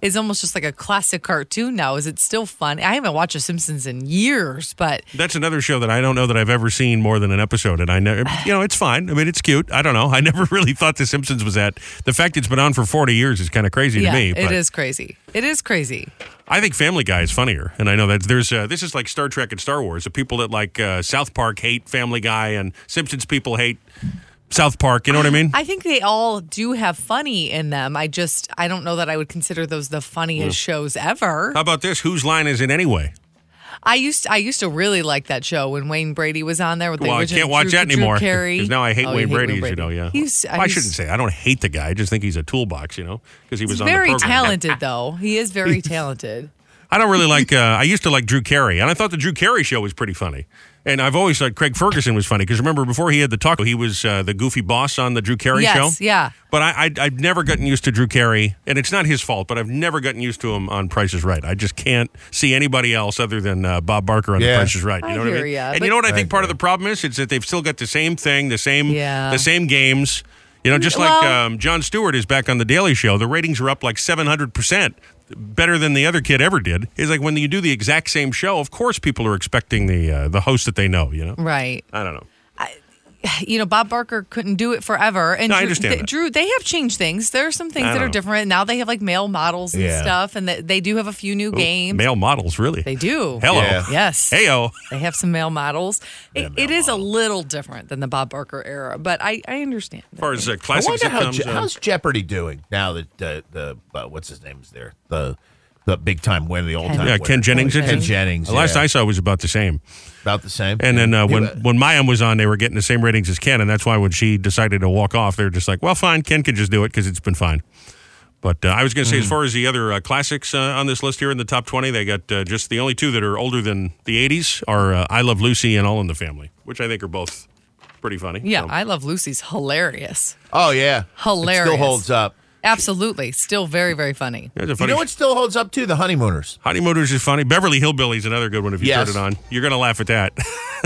S3: is almost just like a classic cartoon now. Is it still fun? I haven't watched The Simpsons in years, but
S1: That's another show that I don't know that I've ever seen more than an episode, and I know you know it's fine. I mean, it's cute. I don't know. I never really thought The Simpsons was that. The fact it's been on for forty years is kind of crazy
S3: yeah,
S1: to me.
S3: it
S1: but-
S3: is crazy. It is crazy.
S1: I think Family Guy is funnier, and I know that there's uh, this is like Star Trek and Star Wars. The people that like uh, South Park hate Family Guy, and Simpsons people hate South Park. You know what I mean?
S3: I think they all do have funny in them. I just I don't know that I would consider those the funniest shows ever.
S1: How about this? Whose line is it anyway?
S3: I used I used to really like that show when Wayne Brady was on there with the
S1: well, I
S3: original
S1: can't watch
S3: Drew,
S1: that
S3: Drew
S1: anymore
S3: Carey.
S1: because now I hate
S3: Oh, you
S1: Wayne
S3: hate
S1: Brady. As you know, yeah.
S3: He's,
S1: Well, I
S3: he's-
S1: shouldn't say I don't hate the guy. I just think he's a toolbox. You know, because he was
S3: He's
S1: on the
S3: very
S1: program.
S3: talented, though. He is very talented.
S1: I don't really like. Uh, I used to like Drew Carey, and I thought the Drew Carey show was pretty funny. And I've always thought Craig Ferguson was funny because remember before he had the talk, he was uh, the goofy boss on the Drew Carey
S3: Yes,
S1: show.
S3: yeah.
S1: But I, I, I've never gotten used to Drew Carey, and it's not his fault. But I've never gotten used to him on Price is Right. I just can't see anybody else other than uh, Bob Barker on The
S2: Yeah.
S1: Price is Right. You
S3: I
S1: know what I
S3: hear
S1: mean?
S3: ya,
S1: and
S3: but-
S1: you know what I think part of the problem is? It's that they've still got the same thing, the same,
S3: Yeah.
S1: the same games. You know, just like
S3: Well-
S1: um, John Stewart is back on the Daily Show. The ratings are up like seven hundred percent, better than the other kid ever did. It's like when you do the exact same show, of course people are expecting the uh, the host that they know. You know,
S3: Right.
S1: I don't know.
S3: you know, Bob Barker couldn't do it forever. And
S1: No, I
S3: Drew,
S1: understand
S3: th-
S1: that.
S3: Drew, they have changed things. There are some things
S1: I
S3: that
S1: don't
S3: are
S1: know.
S3: different now. They have like male models and
S2: Yeah.
S3: stuff, and th- they do have a few new games.
S1: Male models, really?
S3: They do.
S1: Hello.
S2: Yeah.
S3: Yes.
S1: Heyo.
S3: They have some male models. It, it is a little different than the Bob Barker era, but I, I understand.
S1: As far as uh,
S2: I
S1: classics
S2: wonder
S1: it
S2: how
S1: comes,
S2: Je-
S1: uh,
S2: how's Jeopardy doing now that the the uh, what's his name is there the the big time winner the old time
S1: yeah, Ken Jennings.
S3: Ken
S1: it's- it's-
S2: Jennings,
S1: The last
S2: yeah.
S1: I saw was about the same.
S2: about the same
S1: And then uh,
S2: Yeah,
S1: when
S2: but-
S1: when Mayim was on, they were getting the same ratings as Ken, and that's why when she decided to walk off, they're just like, "Well, fine, Ken can just do it because it's been fine." But uh, I was going to
S2: Mm-hmm.
S1: say, as far as the other uh, classics uh, on this list here in the top twenty, they got uh, just the only two that are older than the '80s are uh, "I Love Lucy" and "All in the Family," which I think are both pretty funny.
S3: Yeah,
S1: So-
S3: I love Lucy's hilarious.
S2: oh yeah it
S3: Hilarious.
S2: still holds up
S3: Absolutely. Still very, very funny.
S1: That's a
S2: you
S1: funny
S2: know what still holds up too the honeymooners
S1: Honeymooners is funny. Beverly Hillbillies another good one. If you
S2: Yes.
S1: turn it on, you're going to laugh at that.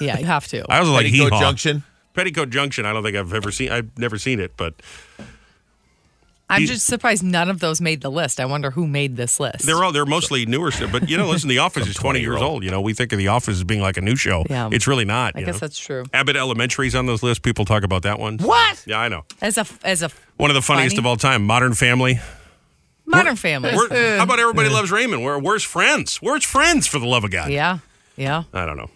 S3: Yeah, you have to.
S1: I also like Hee
S2: Petticoat
S1: Haw.
S2: Junction
S1: Petticoat Junction. I don't think I've ever seen. I've never seen it, but
S3: I'm just surprised none of those made the list. I wonder who made this list.
S1: They're all they're mostly newer stuff, but you know, listen, The Office is twenty years old. You know, we think of The Office as being like a new show.
S3: Yeah.
S1: it's really not.
S3: I
S1: you
S3: guess
S1: know.
S3: that's true.
S1: Abbott Elementary's on this list. People talk about that one.
S2: what
S1: Yeah, I know.
S3: As a as a
S1: One of the funniest
S3: Funny.
S1: of all time. Modern Family.
S3: modern family.
S1: We're- how about Everybody Loves Raymond? We're, where's Friends? Where's Friends for the love of God?
S3: Yeah. Yeah.
S1: I don't know.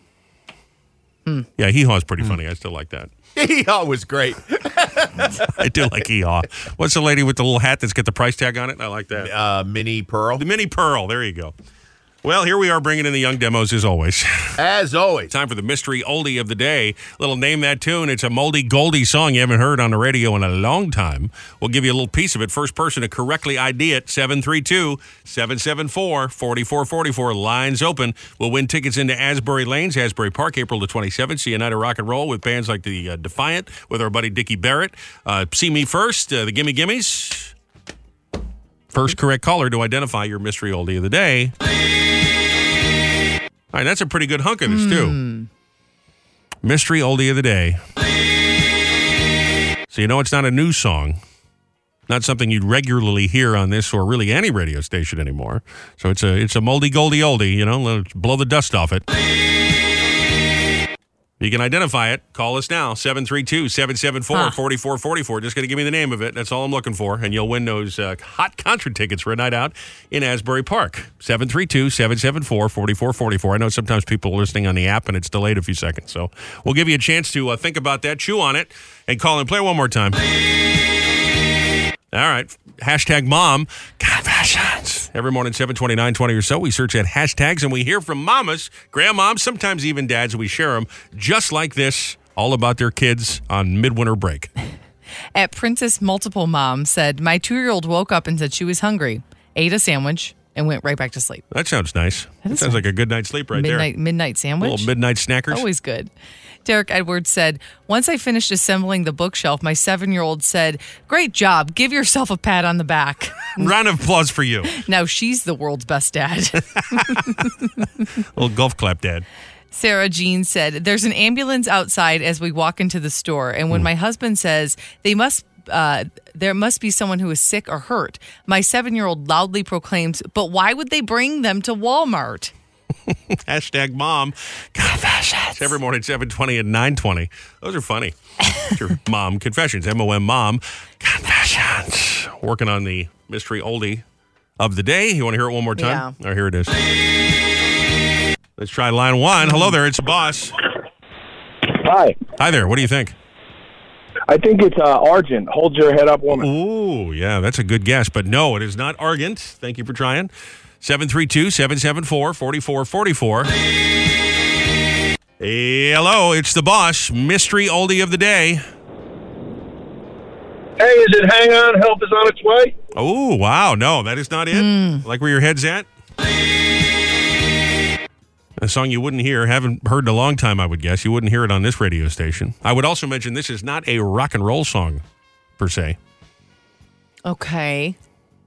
S1: Yeah, Hee Haw's pretty funny. I still like that.
S2: Hee Haw was great
S1: I do like Hee Haw. What's the lady with the little hat that's got the price tag on it? I like that.
S2: uh, Minnie Pearl
S1: The Mini Pearl. There you go. Well, here we are bringing in the young demos as always.
S2: as always
S1: Time for the mystery oldie of the day. Little name that tune. It's a moldy goldy song you haven't heard on the radio in a long time. We'll give you a little piece of it. First person to correctly ID it, 732-774-4444. Lines open. We'll win tickets into Asbury Lanes, Asbury Park, April the 27th. See a night of rock and roll with bands like the uh, Defiant, with our buddy Dickie Barrett. Uh, see me first, uh, the Gimme Gimmes. First correct caller to identify your mystery oldie of the day. All right, that's a pretty good hunk of this, too. Mystery oldie of the day. So, you know, it's not a new song, not something you'd regularly hear on this or really any radio station anymore. So, it's a it's a moldy goldy oldie, you know, let's blow the dust off it. You can identify it. Call us now, 732 774 4444. Just going to give me the name of it. That's all I'm looking for. And you'll win those uh, hot concert tickets for a night out in Asbury Park. 732 774 4444. I know sometimes people are listening on the app and it's delayed a few seconds. So we'll give you a chance to uh, think about that, chew on it, and call and play one more time. All right. Hashtag mom confessions. Every morning, 729, 20 or so, we search at hashtags and we hear from mamas, grandmoms, sometimes even dads, and we share them just like this, all about their kids on midwinter break.
S3: At Princess Multiple Mom said, My two year old woke up and said she was hungry, ate a sandwich, and went right back to sleep.
S1: That sounds nice. That, sounds like a good night's sleep right
S3: midnight midnight
S1: there.
S3: sandwich.
S1: Little midnight snackers.
S3: Always good. Derek Edwards said, Once I finished assembling the bookshelf, my seven year old said, Great job. Give yourself a pat on the back.
S1: Round of applause for you.
S3: now she's the world's best dad.
S1: Little golf clap, Dad.
S3: Sarah Jean said, There's an ambulance outside as we walk into the store. And
S1: Hmm.
S3: when my husband says, They must. Uh, there must be someone who is sick or hurt. My seven year old loudly proclaims, But why would they bring them to Walmart?
S1: Hashtag mom confessions. Every morning, 720 and 920. Those are funny. It's your mom confessions. M-O-M mom confessions. Working on the mystery oldie of the day. You want to hear it one more time? All right, here it is. Let's try line one. Hello there. It's the boss.
S7: Hi.
S1: Hi there. What do you think?
S7: I think it's uh, Argent. Hold your head up, woman.
S1: Ooh, yeah, that's a good guess. But no, it is not Argent. Thank you for trying. 732 774 4444. Hello, it's the boss. Mystery oldie of the day.
S7: Hey, is it hang on? Help is on its way.
S1: Oh, wow. No, that is not it. Like where your head's at? A song you wouldn't hear, haven't heard in a long time, I would guess. You wouldn't hear it on this radio station. I would also mention this is not a rock and roll song, per se.
S3: Okay.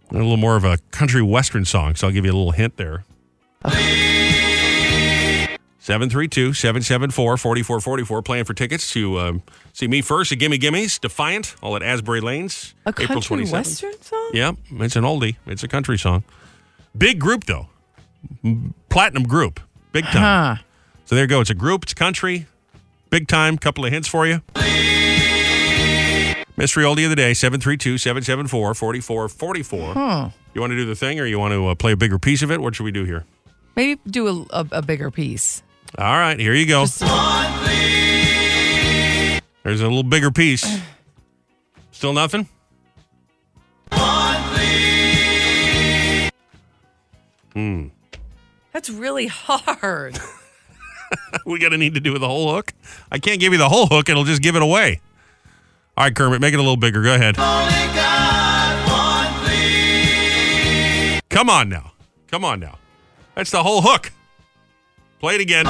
S1: A little more of a country western song, so I'll give you a little hint there. 732 774 4444. Playing for tickets to um, see me first at Gimme Gimmes, Defiant, all at Asbury Lanes.
S3: A country
S1: 27th.
S3: western song?
S1: Yeah, it's an oldie. It's a country song. Big group though, M- platinum group, big
S3: Huh.
S1: time. So there you go. It's a group. It's country, big time. Couple of hints for you. Mystery oldie of the day 732-774-4444.
S3: Huh.
S1: You want to do the thing, or you want to uh, play a bigger piece of it? What should we do here?
S3: Maybe do a, a, a bigger piece.
S1: All right, here you go. There's a little bigger piece. Still nothing? Hmm.
S3: That's really hard.
S1: we gonna need to do the whole hook. I can't give you the whole hook; it'll just give it away. All right, Kermit, make it a little bigger. Go ahead. Come on now, come on now. That's the whole hook. Play it again.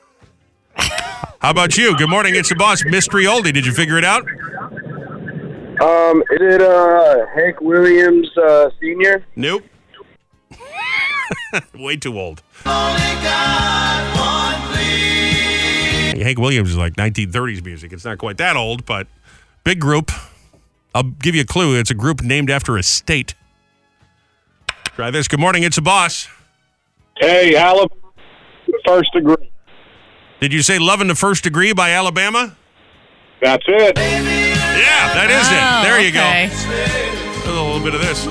S1: How about you? Good morning. It's your boss, Mystery Oldie. Did you figure it out?
S7: Um, is it uh, Hank Williams uh, Senior?
S1: Nope. Way too old. Hank Williams is like 1930s music. It's not quite that old, but big group. I'll give you a clue. It's a group named after a state. Try this. Good morning. It's a boss.
S7: Hey, Alabama, first degree.
S1: Did you say Love in the First Degree by Alabama?
S7: That's it.
S1: Yeah, that is
S3: Oh,
S1: it. There you
S3: okay.
S1: go. A little bit of this.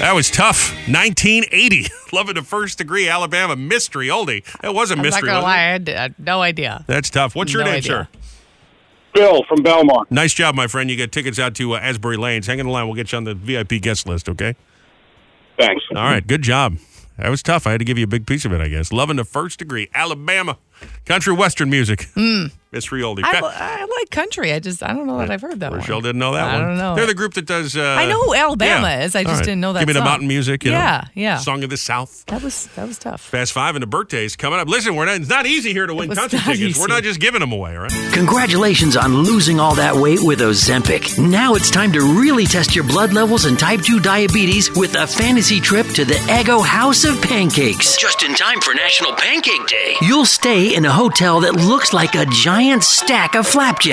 S1: That was tough. 1980. Love in the First Degree, Alabama. Mystery oldie. That was a
S3: I'm not
S1: mystery.
S3: gonna
S1: wasn't it?
S3: lie, I had, I had no idea.
S1: That's tough. What's your
S3: No
S1: name,
S3: idea.
S1: sir?
S7: Bill from Belmont.
S1: Nice job, my friend. You got tickets out to uh, Asbury Lanes. Hang in the line. We'll get you on the VIP guest list, okay?
S7: Thanks.
S1: All right. Good job. That was tough. I had to give you a big piece of it, I guess. Loving the first degree. Alabama. Country Western music. Mystery oldie.
S3: Hmm. I,
S1: Pat-
S3: li- I like country. I just I don't know that I've heard that
S1: Rochelle
S3: one.
S1: didn't know that
S3: I
S1: one.
S3: don't know
S1: They're
S3: it.
S1: the group that does. Uh,
S3: I know who Alabama is. I
S1: All
S3: just didn't know that
S1: Give me the
S3: song.
S1: mountain music. You know,
S3: Yeah, yeah.
S1: Song of the South.
S3: That was that was tough.
S1: Fast Five and the birthdays coming up. Listen, we're not, it's not easy here to win
S3: was
S1: country
S3: not
S1: tickets. We're
S3: easy.
S1: not just giving them away, all right?
S5: Congratulations on losing all that weight with Ozempic. Now it's time to really test your blood levels and type 2 diabetes with a fantasy trip to the Eggo House of Pancakes. Just in time for National Pancake Day. You'll stay in a hotel that looks like a giant stack of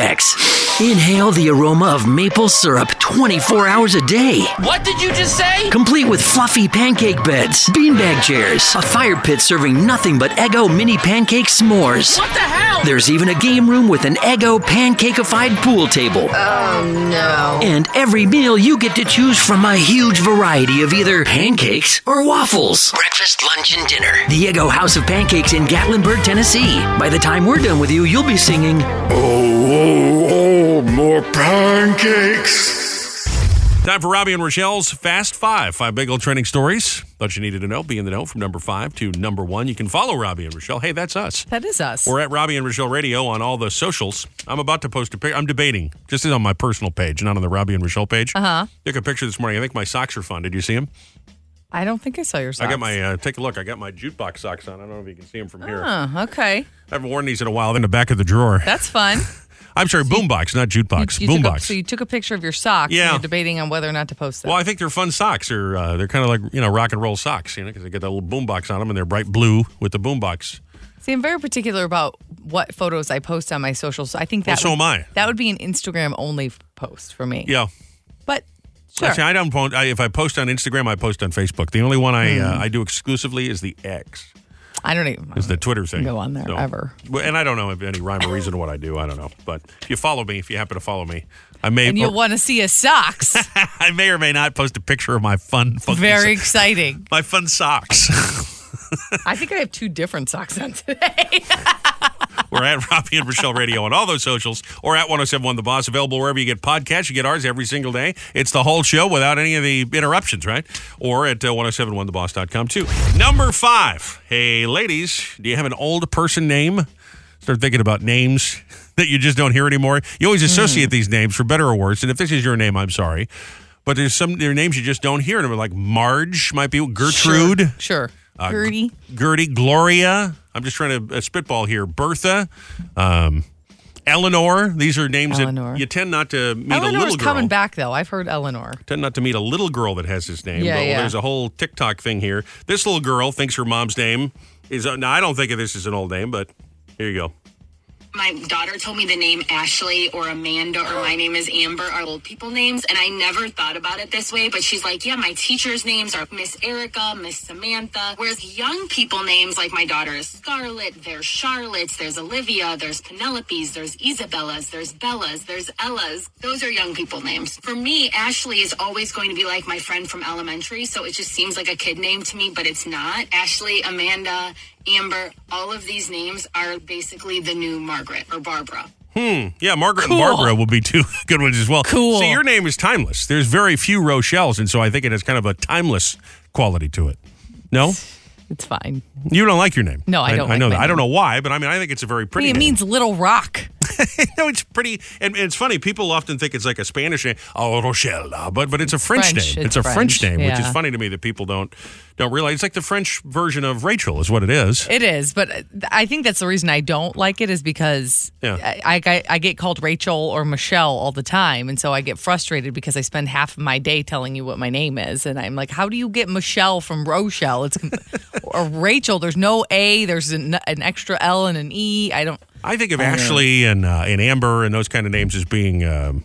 S5: flapjacks. Inhale the aroma of maple syrup 24 hours a day.
S8: What did you just say?
S5: Complete with fluffy pancake beds, beanbag chairs, a fire pit serving nothing but Eggo mini pancake s'mores.
S8: What the hell?
S5: There's even a game room with an Eggo pancakeified pool table. Oh
S8: Um,
S5: no. And every meal you get to choose from a huge variety of either pancakes or waffles. Breakfast, lunch, and dinner. The Eggo House of Pancakes in Gatlinburg, Tennessee. By the time we're done with you, you'll be singing
S1: Time for Robbie and Rochelle's Fast Five. Five big old trending stories. Thought you needed to know. Be in the know from number five to number one. You can follow Robbie and Rochelle. Hey, that's us.
S3: That is us.
S1: We're at Robbie and Rochelle Radio on all the socials. I'm about to post a picture. I'm debating. Just on my personal page, not on the Robbie and Rochelle page. Uh
S3: Uh-huh.
S1: huh. Took a picture this morning. I think my socks are fun. Did you see them?
S3: I don't think I saw your socks.
S1: I got my, uh, take a look. I got my jukebox socks on. I don't know if you can see them from here. I
S3: Oh, okay,
S1: haven't worn these in a while. They're in the back of the drawer.
S3: that's fun.
S1: I'm sorry, boombox, not jukebox.
S3: You took a,
S1: boombox.
S3: so you took a picture of your socks.
S1: Yeah.
S3: And you're debating on whether or not to post that.
S1: Well, I think they're fun socks. They're uh, they're kind of like you know rock and roll socks, you know, because they got that little boombox on them, and they're bright blue with the boombox.
S3: See, I'm very particular about what photos I post on my socials. So I think that
S1: Well, Oh, so
S3: would-
S1: am I.
S3: That would be an Instagram only post for me.
S1: Yeah.
S3: But sure.
S1: Actually, I don't. po- I, if I post on Instagram, I post on Facebook. The only one I
S3: Hmm.
S1: uh, I do exclusively is the X,
S3: I don't even.
S1: is the Twitter thing.
S3: Go on there ever.
S1: Well, And I don't know if any rhyme or reason to what I do. I don't know. But if you follow me, if you happen to follow me, I may
S3: and you'll
S1: or,
S3: want to see his socks.
S1: I may or may not post a picture of my fun funky
S3: Very
S1: so-
S3: exciting.
S1: my fun socks.
S3: I think I have two different socks on today.
S1: We're at Robbie and Rochelle Radio on all those socials or at 1071 The Boss. Available wherever you get podcasts. You get ours every single day. It's the whole show without any of the interruptions, right? Or at uh, 1071theboss.com too. Number five. Hey, ladies, do you have an old person name? Start thinking about names. that you just don't hear anymore. You always associate these names for better or worse. And if this is your name, I'm sorry. But there's some there are names you just don't hear. And like Marge might be Gertrude, Uh,
S3: Sure.
S1: g-
S3: Gertie.
S1: Gertie, Gloria. I'm just trying to uh, spitball here. Bertha, um, Eleanor. These are names
S3: Eleanor.
S1: that you tend not to meet a
S3: Eleanor's
S1: little girl.
S3: coming back though. I've heard Eleanor.
S1: Tend not to meet a little girl that has this name.
S3: Yeah,
S1: but well,
S3: yeah.
S1: there's a whole TikTok thing here. This little girl thinks her mom's name is. Uh, now I don't think of this as an old name, but here you go.
S8: My daughter told me the name Ashley or Amanda or my name is Amber are old people names, and I never thought about it this way. But she's like, yeah, my teachers' names are Miss Erica, Miss Samantha. Whereas young people names, like my daughter is Scarlett, there's Charlotte's, there's Olivia, there's Penelope's, there's Isabella's, there's Bella's, there's Ella's. Those are young people names. For me, Ashley is always going to be like my friend from elementary, so it just seems like a kid name to me, but it's not. Ashley, Amanda, Amber, all of these names are basically the new Margaret or Barbara.
S1: Yeah, Margaret
S3: Hmm. Cool.
S1: and Barbara will be two good ones as well.
S3: Cool.
S1: So your name is timeless. There's very few Rochelles, and so I think it has kind of a timeless quality to it. No,
S3: It's fine.
S1: you don't like your name.
S3: No, I don't
S1: I
S3: like
S1: know
S3: my
S1: that. I don't
S3: name.
S1: know why, but I mean, I think it's a very pretty.
S3: It
S1: name.
S3: means Little Rock.
S1: no, it's pretty, and, and it's funny. People often think it's like a Spanish name, oh Rochelle, uh, but but it's a French,
S3: French.
S1: name.
S3: It's
S1: It's, a French,
S3: French,
S1: name, which is
S3: yeah.
S1: funny to me that people don't don't realize. It's like the French version of Rachel, is what it is.
S3: It is, but uh, I think that's the reason I don't like it is because
S1: Yeah.
S3: I, I I get called Rachel or Michelle all the time, and so I get frustrated because I spend half of my day telling you what my name is, and I'm like, how do you get Michelle from Rochelle? It's or Rachel. There's no A. There's an, an extra L and an E. I don't.
S1: I think of Ashley and uh, and Amber and those kind of names as being. Um,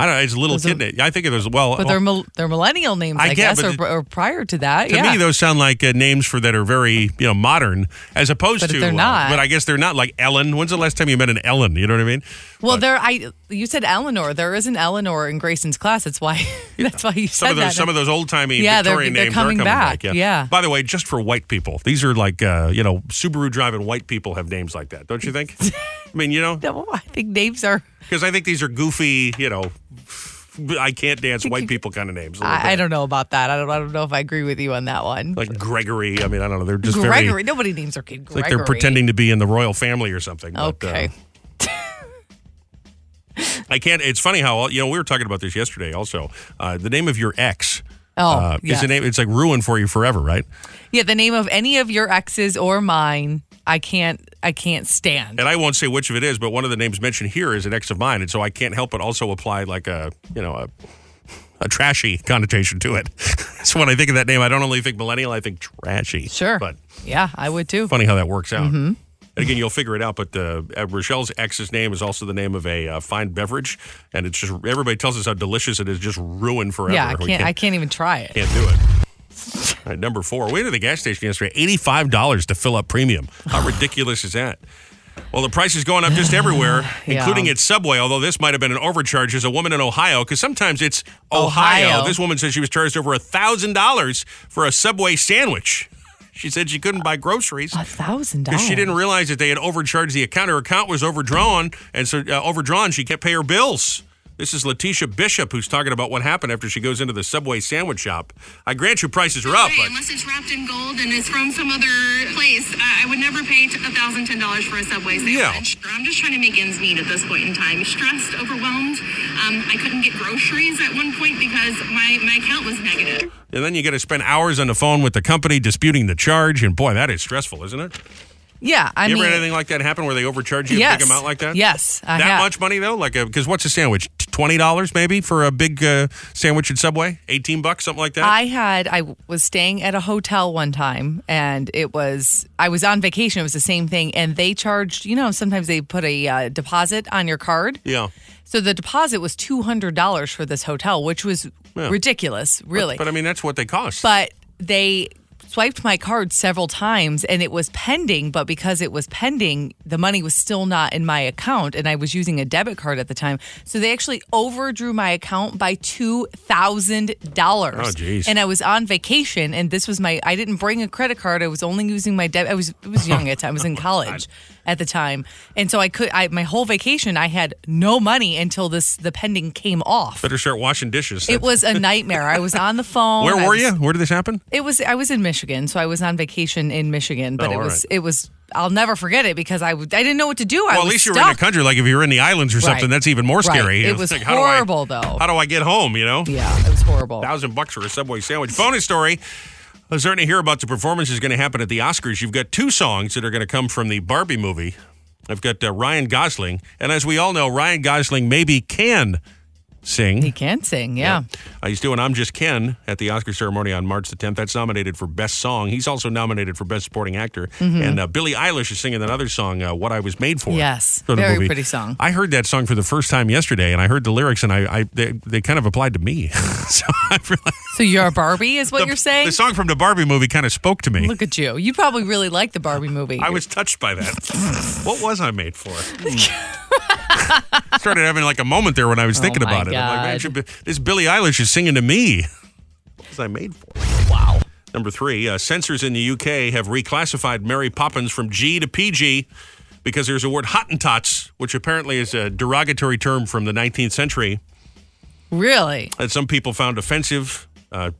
S1: I don't know. It's a little
S3: Those are-
S1: kid. name. I think of those. Well,
S3: But
S1: well,
S3: they're mil- they're millennial names,
S1: Oh, I
S3: I,
S1: get,
S3: guess,
S1: but
S3: or,
S1: the-
S3: or prior to that.
S1: To
S3: yeah.
S1: me, those sound like uh, names for that are very you know modern, as opposed
S3: But
S1: to.
S3: they're
S1: uh,
S3: not.
S1: but I guess they're not like Ellen. When's the last time you met an Ellen? You know what I mean?
S3: Well, there I you said Eleanor. There is an Eleanor in Grayson's class. That's why. that's why you
S1: Some
S3: said
S1: of those,
S3: that.
S1: some of those old timey
S3: Yeah, they're-
S1: Victorian
S3: they're
S1: names
S3: coming
S1: are coming back.
S3: back, yeah.
S1: By the way, just for white people, these are like uh, you know Subaru driving white people have names like that, don't you think? I mean, you know,
S3: No, I think names are.
S1: because I think these are goofy, you know, I can't dance white people kind of names. a little
S3: I, I
S1: bit.
S3: don't know about that. I don't. I don't know if I agree with you on that one.
S1: like Gregory. I mean, I don't know. They're just
S3: Gregory.
S1: very
S3: Nobody names their kid
S1: it's
S3: Gregory.
S1: like they're pretending to be in the royal family or something. but, uh,
S3: Okay.
S1: I can't. It's funny how you know we were talking about this yesterday. Also, uh, the name of your ex.
S3: Oh,
S1: uh, is
S3: yes.
S1: a name. It's like ruined for you forever, right?
S3: yeah, the name of any of your exes or mine, I can't. I can't stand.
S1: And I won't say which of it is, but one of the names mentioned here is an ex of mine, and so I can't help but also apply like a you know a a trashy connotation to it. so when I think of that name, I don't only think millennial, I think trashy.
S3: Sure.
S1: but
S3: yeah, I would too. Mm-hmm.
S1: funny how that works out. And again, you'll figure it out. But uh, uh, Rochelle's ex's name is also the name of a uh, fine beverage, and it's just everybody tells us how delicious it is, just ruined forever.
S3: Yeah, I
S1: We
S3: can't, I can't even try it.
S1: Can't do it. All right, number four. We went to the gas station yesterday. Eighty-five dollars to fill up premium. How ridiculous is that? Well, the price is going up just everywhere,
S3: Yeah.
S1: including at Subway. Although this might have been an overcharge. There's a woman in Ohio because sometimes it's Ohio.
S3: Ohio.
S1: This woman says she was charged over thousand dollars for a Subway sandwich. She said she couldn't buy groceries
S3: A thousand dollars.
S1: because she didn't realize that they had overcharged the account. Her account was overdrawn, and so uh, overdrawn, she can't pay her bills. This is Letitia Bishop who's talking about what happened after she goes into the Subway sandwich shop. I grant you prices are up,
S8: Right,
S1: but
S8: unless it's wrapped in gold and is from some other place. I, I would never pay t- $1,010 for a Subway sandwich. I'm just trying to make ends meet at this point in time. Stressed, overwhelmed. Um, I couldn't get groceries at one point because my, my account was negative.
S1: and then you got to spend hours on the phone with the company disputing the charge, and boy, that is stressful, isn't it?
S3: Yeah, I
S1: you
S3: mean,
S1: ever had anything like that happen where they overcharge you a
S3: yes.
S1: big amount like that?
S3: Yes, I
S1: that
S3: have.
S1: much money though, like because what's a sandwich? Twenty dollars maybe for a big uh, sandwich at Subway. Eighteen bucks, something like that.
S3: I had I was staying at a hotel one time and it was I was on vacation it was the same thing and they charged you know sometimes they put a uh, deposit on your card
S1: yeah,
S3: so the deposit was $200 for this hotel which was
S1: Yeah.
S3: ridiculous really
S1: but I mean that's what they cost.
S3: but they swiped my card several times and it was pending but because it was pending the money was still not in my account and i was using a debit card at the time so they actually overdrew my account by $2000
S1: Oh, geez.
S3: and i was on vacation and this was my i didn't bring a credit card i was only using my debit i was I was young at the time i was in college at the time and so i could i my whole vacation i had no money until this the pending came off
S1: Better start washing dishes.
S3: it was a nightmare i was on the phone
S1: Where
S3: I
S1: were
S3: was-
S1: you? Where did this happen?
S3: it was I was in Michigan, so I was on vacation in Michigan, but
S1: Oh,
S3: it
S1: all
S3: was
S1: right.
S3: it was I'll never forget it because I, w- I didn't know what to do. I
S1: Well, at
S3: was
S1: least you
S3: stuck.
S1: were in a country. Like if you were in the islands or something,
S3: Right.
S1: that's even more
S3: Right.
S1: scary.
S3: It
S1: It's
S3: was
S1: like,
S3: horrible,
S1: how do I,
S3: though.
S1: How do I get home? You know,
S3: Yeah, it was horrible.
S1: thousand bucks for a Subway sandwich. Bonus story. I was starting to hear about the performance is going to happen at the Oscars. You've got two songs that are going to come from the Barbie movie. I've got uh, Ryan Gosling, and as we all know, Ryan Gosling maybe can sing.
S3: He can sing, yeah.
S1: Uh, he's doing I'm Just Ken at the Oscar ceremony on March the 10th. That's nominated for Best Song. He's also nominated for Best Supporting Actor.
S3: Mm-hmm.
S1: And uh, Billie Eilish is singing another song, uh, What I Was Made For.
S3: Yes.
S1: from the
S3: Very
S1: movie.
S3: pretty song.
S1: I heard that song for the first time yesterday, and I heard the lyrics, and I, I they, they kind of applied to me. so I realized
S3: So you're a Barbie, is what
S1: the,
S3: you're saying?
S1: the song from the Barbie movie kind of spoke to me.
S3: Look at you. You probably really like the Barbie movie.
S1: I was touched by that. what was I made for? Hmm. Started having like a moment there when I was thinking
S3: Oh my
S1: about it. I'm like, man,
S3: God.
S1: should be- this Billie Eilish is singing to me. What was I made for? Wow. Number three, uh, censors in the UK have reclassified Mary Poppins from G to PG because there's a word Hottentots, which apparently is a derogatory term from the 19th century
S3: really?
S1: that some people found offensive. Uh,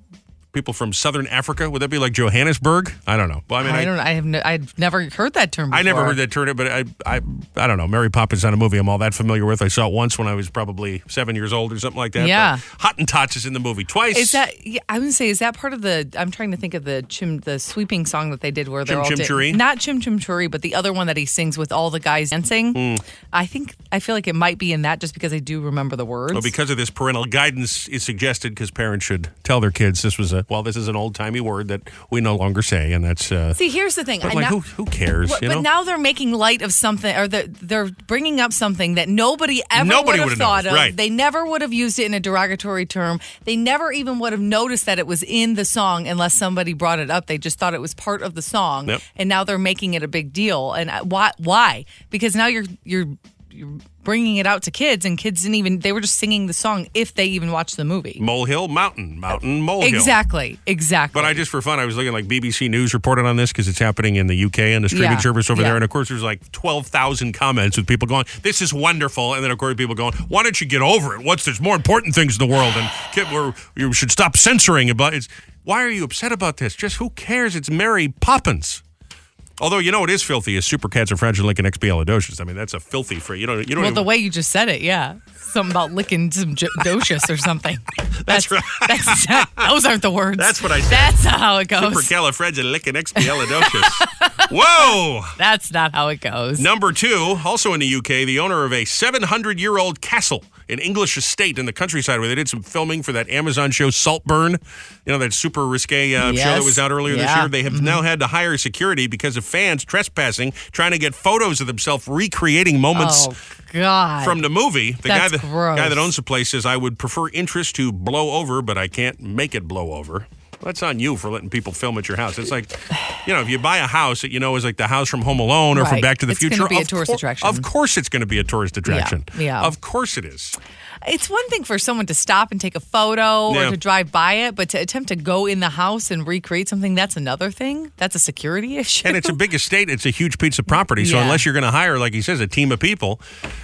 S1: people from Southern Africa, would that be like Johannesburg? I don't know. Well, I mean,
S3: I, don't I have no, I've never heard that term before.
S1: I never heard that term, but I, I, I don't know. Mary Poppins not a movie I'm all that familiar with. I saw it once when I was probably seven years old or something like that.
S3: Yeah.
S1: But Hottentots is in the movie twice.
S3: Is that yeah, I would say is that part of the I'm trying to think of the chim the sweeping song that they did where they're
S1: Chim
S3: all
S1: Chim
S3: di-
S1: Choree?
S3: not chim chim churi but the other one that he sings with all the guys dancing.
S1: Hmm.
S3: I think I feel like it might be in that just because I do remember the words.
S1: Well, Oh, because of this, parental guidance is suggested because parents should tell their kids this was a well, this is an old timey word that we no longer say, and that's. Uh,
S3: See, here's the thing.
S1: but
S3: I
S1: like,
S3: not-
S1: who, who cares?
S3: Well,
S1: you
S3: but
S1: know?
S3: now they're making light of something, or they're, they're bringing up something that nobody ever
S1: Nobody
S3: would have
S1: would've
S3: thought
S1: known,
S3: of.
S1: right.
S3: They never would have used it in a derogatory term. They never even would have noticed that it was in the song unless somebody brought it up. They just thought it was part of the song,
S1: Yep.
S3: and now they're making it a big deal. And I- why? Why? Because now you're you're you're bringing it out to kids, and kids didn't even they were just singing the song if they even watched the movie.
S1: molehill, mountain, mountain, molehill.
S3: Exactly. Exactly.
S1: But I just for fun, I was looking like BBC News reported on this because it's happening in the UK and the streaming
S3: Yeah,
S1: service over
S3: yeah.
S1: there. And of course, there's like twelve thousand comments with people going, "This is wonderful," and then of course people going, "Why don't you get over it? What's there's more important things in the world, and kid, we're, you should stop censoring about it's." Why are you upset about this? Just who cares? It's Mary Poppins. Although you know it is filthy is super cats and fragile and expialidocious. I mean that's a filthy phrase. You don't you don't
S3: Well,
S1: even-
S3: the way you just said it, yeah. Something about licking some jo- docious or something. That's,
S1: right.
S3: That's, those aren't the words.
S1: That's what I said.
S3: That's not how it
S1: super
S3: goes.
S1: califragilisticexpialidocious. Whoa!
S3: That's not how it goes.
S1: Number two, also in the UK, the owner of a 700 year old castle, an English estate in the countryside where they did some filming for that Amazon show Saltburn, you know, that super risque uh, show that
S3: Yes.
S1: was out earlier this
S3: Yeah. Mm-hmm.
S1: year. They have now had to hire security because of fans trespassing, trying to get photos of themselves recreating moments.
S3: Oh God.
S1: From the movie, the guy
S3: That's
S1: that
S3: gross.
S1: guy that owns the place says, "I would prefer interest to blow over, but I can't make it blow over." That's on you for letting people film at your house. It's like, you know, if you buy a house that you know is like the house from Home Alone or from
S3: Right.
S1: Back to the
S3: It's gonna
S1: Future,
S3: be a
S1: of
S3: tourist attraction.
S1: Of course, it's going to be a tourist attraction.
S3: yeah.
S1: of course it is.
S3: it's one thing for someone to stop and take a photo
S1: Yeah.
S3: or to drive by it, but to attempt to go in the house and recreate something, that's another thing. That's a security issue.
S1: And it's a big estate. It's a huge piece of property. So
S3: Yeah.
S1: unless you're going to hire, like he says, a team of people,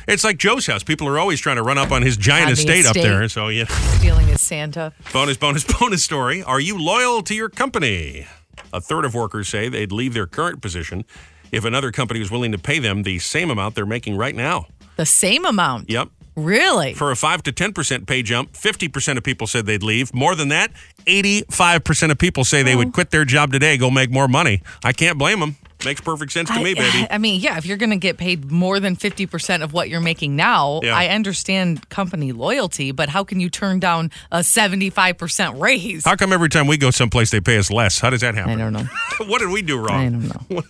S1: it's like Joe's house. People are always trying to run up on his giant
S3: On the
S1: estate, up
S3: estate.
S1: there. So yeah.
S3: Dealing with Santa.
S1: Bonus, bonus, bonus story. Are you loyal to your company? A third of workers say they'd leave their current position if another company was willing to pay them the same amount they're making right now.
S3: The same amount.
S1: Yep.
S3: Really?
S1: For a 5 to 10% pay jump, 50% of people said they'd leave. More than that, 85% of people say they would quit their job today, go make more money. I can't blame them. Makes perfect sense to
S3: I,
S1: me, baby.
S3: I mean, yeah, if you're going to get paid more than 50% of what you're making now,
S1: Yeah.
S3: I understand company loyalty, but how can you turn down a 75% raise?
S1: How come every time we go someplace they pay us less? How does that
S3: I
S1: happen?
S3: don't know.
S1: what did we do wrong?
S3: I don't know.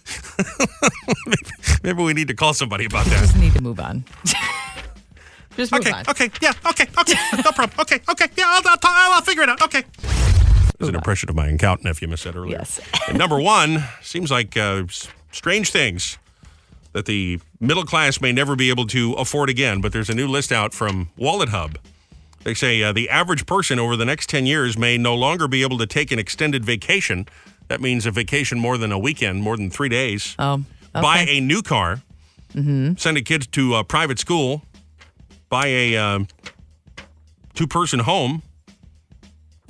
S1: Maybe we need to call somebody about that.
S3: Just need to move on. Just move
S1: Okay,
S3: on.
S1: okay, yeah, okay, okay, no problem. Okay, okay, yeah, I'll, I'll, I'll, I'll figure it out. Okay. It's an impression of my accountant, if you missed that earlier.
S3: Yes.
S1: and number one, seems like uh, s- strange things that the middle class may never be able to afford again, but there's a new list out from Wallet Hub. They say uh, the average person over the next 10 years may no longer be able to take an extended vacation. That means a vacation more than a weekend, more than three days.
S3: Oh, Mm-hmm.
S1: Buy a new car, send a kid to uh, private school, buy a um, two person home,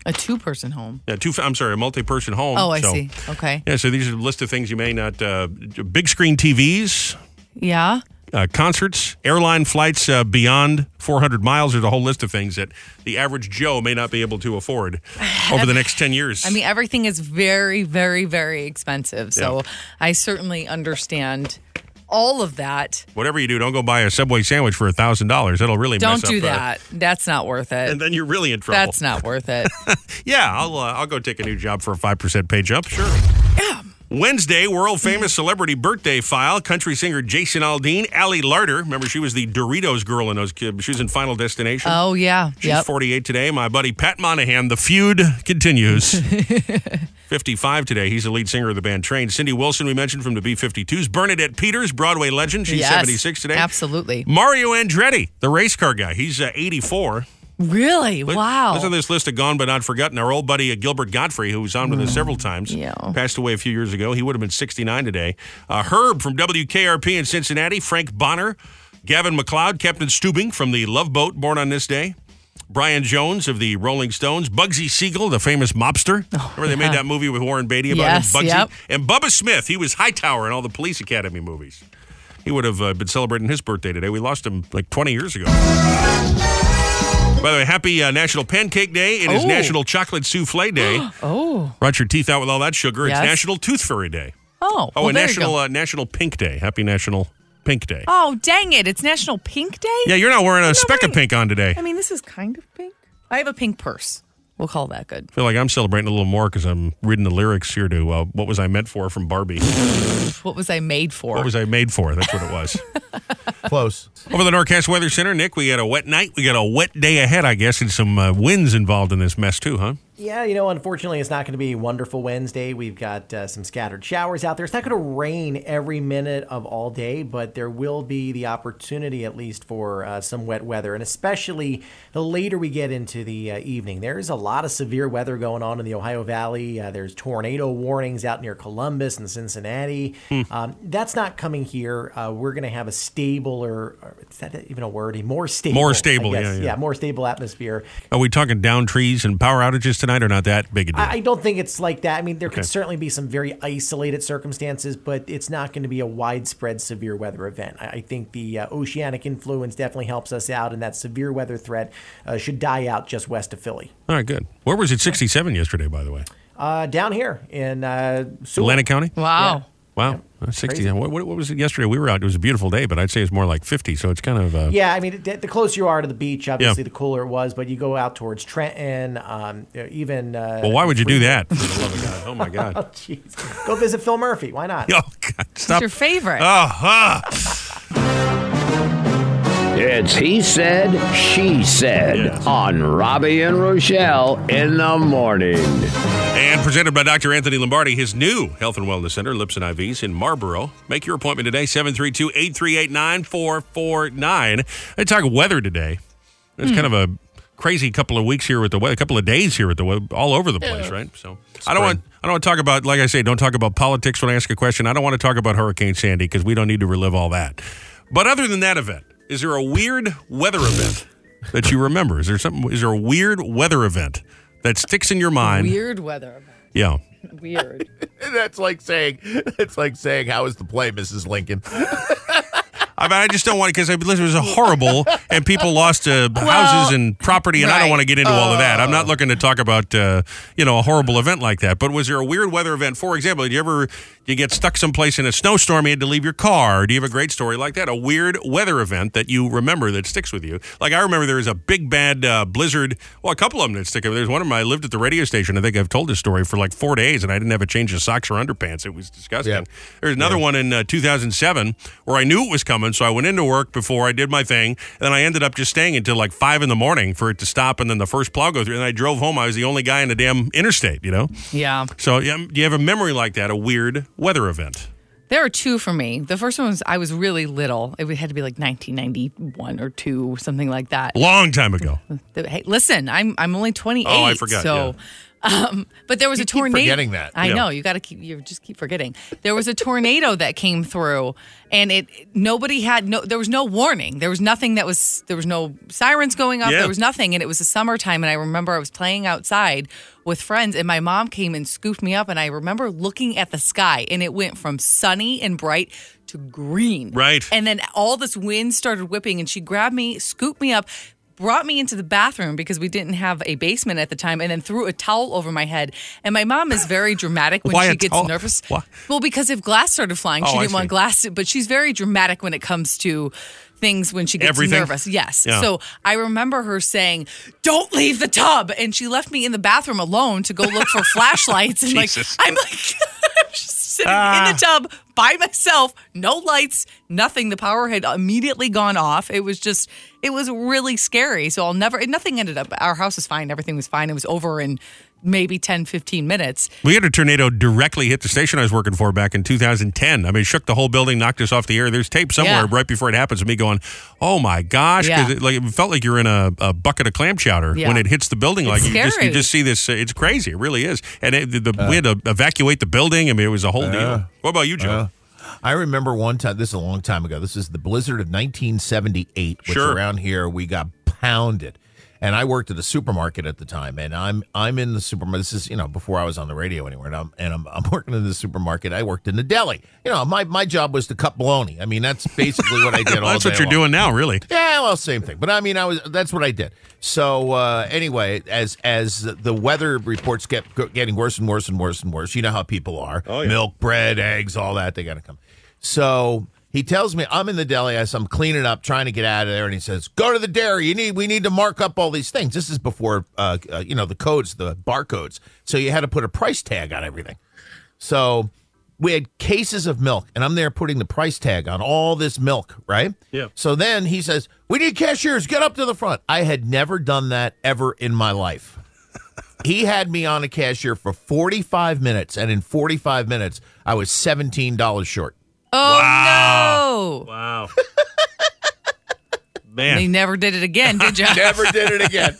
S3: A two person home.
S1: Yeah, uh, two. I'm sorry, a multi-person home.
S3: Oh, I
S1: so-
S3: see. Okay.
S1: Yeah, so these are a list of things you may not. Uh, big screen TVs,
S3: Yeah.
S1: uh, concerts, airline flights uh, beyond 400 miles. There's a whole list of things that the average Joe may not be able to afford over the next 10 years.
S3: I mean, everything is very, very, very expensive. So I certainly understand all of that.
S1: whatever you do, don't go buy a Subway sandwich for $1,000. That'll really mess
S3: Don't
S1: up.
S3: do
S1: uh,
S3: that. That's not worth it.
S1: and then you're really in trouble.
S3: That's not worth it.
S1: Yeah, I'll uh, I'll go take a new job for a five percent pay jump. Sure. Wednesday, world famous celebrity birthday file. Country singer Jason Aldean, Allie Larder. Remember, she was the Doritos girl in those. uh, She was in Final Destination.
S3: oh, yeah.
S1: She's
S3: yep.
S1: 48 today. My buddy Pat Monahan. The feud continues. 55 today. He's the lead singer of the band Train. Cindy Wilson, we mentioned from the B-52s. Bernadette Peters, Broadway legend. She's
S3: Yes.
S1: 76 today.
S3: Absolutely.
S1: Mario Andretti, the race car guy. He's uh, 84.
S3: Really?
S1: Look-
S3: wow.
S1: Listen to this list of Gone But Not Forgotten. Our old buddy uh, Gilbert Godfrey, who was on with us several times,
S3: Mm, yeah.
S1: passed away a few years ago. He would have been 69 today. Uh, Herb from WKRP in Cincinnati, Frank Bonner, Gavin McLeod, Captain Stubing from the Love Boat, born on this day. Brian Jones of the Rolling Stones, Bugsy Siegel, the famous mobster. Remember they made that movie with Warren Beatty about
S3: Oh, Yes,
S1: him, Bugsy?
S3: yep.
S1: And Bubba Smith, he was Hightower in all the Police Academy movies. He would have uh, been celebrating his birthday today. We lost him like 20 years ago. By the way, happy uh, National Pancake Day. It is
S3: Oh.
S1: National Chocolate Souffle Day.
S3: Oh.
S1: Rot your teeth out with all that sugar.
S3: Yes.
S1: It's National Tooth Fairy Day.
S3: Oh.
S1: Oh,
S3: well,
S1: and
S3: there you
S1: National
S3: go.
S1: uh, National Pink Day. Happy National Pink Day.
S3: oh, dang it. It's National Pink Day?
S1: Yeah, you're not wearing a speck
S3: wearing-
S1: of pink on today.
S3: I
S1: I
S3: mean, this is kind of pink. I have a pink purse. We'll call that good.
S1: feel like I'm celebrating a little more because I'm reading the lyrics here to uh, "What Was I Meant For" from Barbie.
S3: What was I made for?
S1: what was I made for? That's what it was.
S2: Close.
S1: Over the Norcast Weather Center, Nick, we got a wet night. We got a wet day ahead, I guess, and some uh, winds involved in this mess too, huh?
S9: Yeah, you know, unfortunately, it's not going to be a wonderful Wednesday. We've got uh, some scattered showers out there. It's not going to rain every minute of all day, but there will be the opportunity, at least, for uh, some wet weather. And especially the later we get into the uh, evening, there's a lot of severe weather going on in the Ohio Valley. Uh, there's tornado warnings out near Columbus and Cincinnati.
S1: Hmm.
S9: Um, that's not coming here. Uh, we're going to have a stable, or, or is that even a word? A more stable. I
S1: stable, yeah,
S9: guess.
S1: yeah.
S9: yeah, more stable atmosphere.
S1: Are we talking down trees and power outages tonight, or not that big a deal?
S9: I, I don't think it's like that. I mean, there could certainly be some very isolated circumstances, but it's not going to be a widespread severe weather event. I, I think the uh, oceanic influence definitely helps us out, and that severe weather threat uh, should die out just west of Philly.
S1: All right, good. Where was it 67 yesterday, by the way?
S9: Uh, down here in uh, Sewell.
S1: Atlantic County?
S3: wow.
S1: Wow. Uh, 60. What, what, what was it yesterday? We were out. It was a beautiful day, but I'd say it's more like 50. So it's kind of. Uh,
S9: Yeah, I mean, the, the closer you are to the beach, obviously,
S1: Yeah.
S9: the cooler it was. But you go out towards Trenton, um, you know, even uh,
S1: Well, why would you do that? For the love of God. Oh, my God.
S9: Jeez. go visit Phil Murphy. Why not?
S1: Oh, God. Stop.
S3: Your favorite.
S1: Uh-huh.
S5: It's He Said, She Said
S1: Yes.
S5: on Robbie and Rochelle in the morning.
S1: And presented by Dr. Anthony Lombardi, his new health and wellness center, Lips and IVs in Marlboro. Make your appointment today, 732 838 9449. I talk weather today. It's kind of a crazy couple of weeks here with the weather, a couple of days here with the weather, all over the place, right? So I don't want. I don't want to talk about, like I say, don't talk about politics when I ask a question. I don't want to talk about Hurricane Sandy because we don't need to relive all that. But other than that event, is there a weird weather event that you remember? Is there something? Is there a weird weather event that sticks in your mind?
S3: Weird weather.
S1: Yeah.
S3: Weird.
S2: That's like saying, it's like saying, how is the play, Mrs. Lincoln?
S1: I mean, I just don't want it because I listen, it was a horrible, and people lost uh, houses and property, and I don't
S3: right.
S1: want to get into all of that. I'm not looking to talk about uh, you know a horrible event like that. But was there a weird weather event? For example, did you ever you get stuck someplace in a snowstorm, you had to leave your car? Do you have a great story like that? A weird weather event that you remember that sticks with you? Like I remember there was a big bad uh, blizzard. Well, a couple of them that stick. There's one of them I lived at the radio station. I think I've told this story for like four days, and I didn't have a change of socks or underpants. It was disgusting.
S2: Yeah.
S1: There's another one in uh, 2007 where I knew it was coming, so I went into work before I did my thing. And then I ended up just staying until like five in the morning for it to stop, and then the first plow go through. And I drove home. I was the only guy in the damn interstate, you know.
S3: yeah.
S1: So yeah, do you have a memory like that? A weird weather event?
S3: There are two for me. The first one was I was really little. It had to be like 1991 or two, something like that.
S1: Long time ago.
S3: Hey, listen, I'm I'm only 28.
S1: Oh, I forgot,
S3: So, um, But there was a
S2: keep
S3: tornado.
S2: forgetting that.
S3: I
S1: Yeah.
S3: know you got to keep you just keep forgetting. There was a tornado that came through, and it nobody had no. There was no warning. There was nothing that was. There was no sirens going off.
S1: Yeah.
S3: There was nothing, and it was the summertime. And I remember I was playing outside with friends, and my mom came and scooped me up, and I remember looking at the sky, and it went from sunny and bright to green.
S1: Right.
S3: And then all this wind started whipping, and she grabbed me, scooped me up, brought me into the bathroom because we didn't have a basement at the time, and then threw a towel over my head. And my mom is very dramatic when
S1: Why a
S3: she gets
S1: towel?
S3: nervous.
S1: Why?
S3: Well, because if glass started flying, she
S1: Oh, I
S3: didn't
S1: see.
S3: want glass, but she's very dramatic when it comes to things when she gets
S1: Everything?
S3: nervous. Yes.
S1: Yeah.
S3: So I remember her saying, Don't leave the tub. And she left me in the bathroom alone to go look for flashlights. And
S1: Jesus.
S3: like, I'm like, just sitting in
S2: Ah.
S3: the tub by myself, no lights, nothing. The power had immediately gone off. It was just, it was really scary. So I'll never, nothing ended up, our house was fine. Everything was fine. It was over in maybe 10, 15 minutes.
S1: We had a tornado directly hit the station I was working for back in 2010. I mean, it shook the whole building, knocked us off the air. There's tape somewhere
S3: Yeah.
S1: right before it happens of me going, "Oh my gosh!"
S3: Yeah.
S1: 'cause it, like it felt like you're in a, a bucket of clam chowder
S3: Yeah.
S1: when it hits the building. Like
S3: It's
S1: you just you
S3: scary.
S1: just see this. uh, It's crazy. It really is. And it, the, the, we had to evacuate the building. I mean, it was a
S2: Uh.
S1: whole deal. What about you, Joe?
S2: I remember one time. This is a long time ago. This is the blizzard of 1978. Which
S1: Sure.
S2: around here we got pounded, and I worked at a supermarket at the time. And I'm I'm in the supermarket. This is you know before I was on the radio anywhere. And I'm and I'm, I'm working in the supermarket. I worked in the deli. You know my my job was to cut bologna. I mean that's basically what I did. all
S1: Well, that's what
S2: day
S1: you're
S2: long.
S1: doing now, really.
S2: Yeah, well, same thing. But I mean, I was that's what I did. So uh, anyway, as as the weather reports kept g- getting worse and worse and worse and worse, you know how people are: milk, bread, eggs, all that. They got to come. So he tells me I'm in the deli. I- so I'm cleaning up, trying to get out of there, and he says, "Go to the dairy. You need we need to mark up all these things." This is before uh, uh, you know the codes, the barcodes. So you had to put a price tag on everything. So we had cases of milk, and I'm there putting the price tag on all this milk, right?
S1: Yeah.
S2: So then he says, We need cashiers, get up to the front. I had never done that ever in my life. he had me on a cashier for 45 minutes, and in 45 minutes, I was $17 short.
S3: Oh, no.
S1: Wow.
S3: And
S1: Man,
S3: you never did it again, did you?
S2: Never did it again.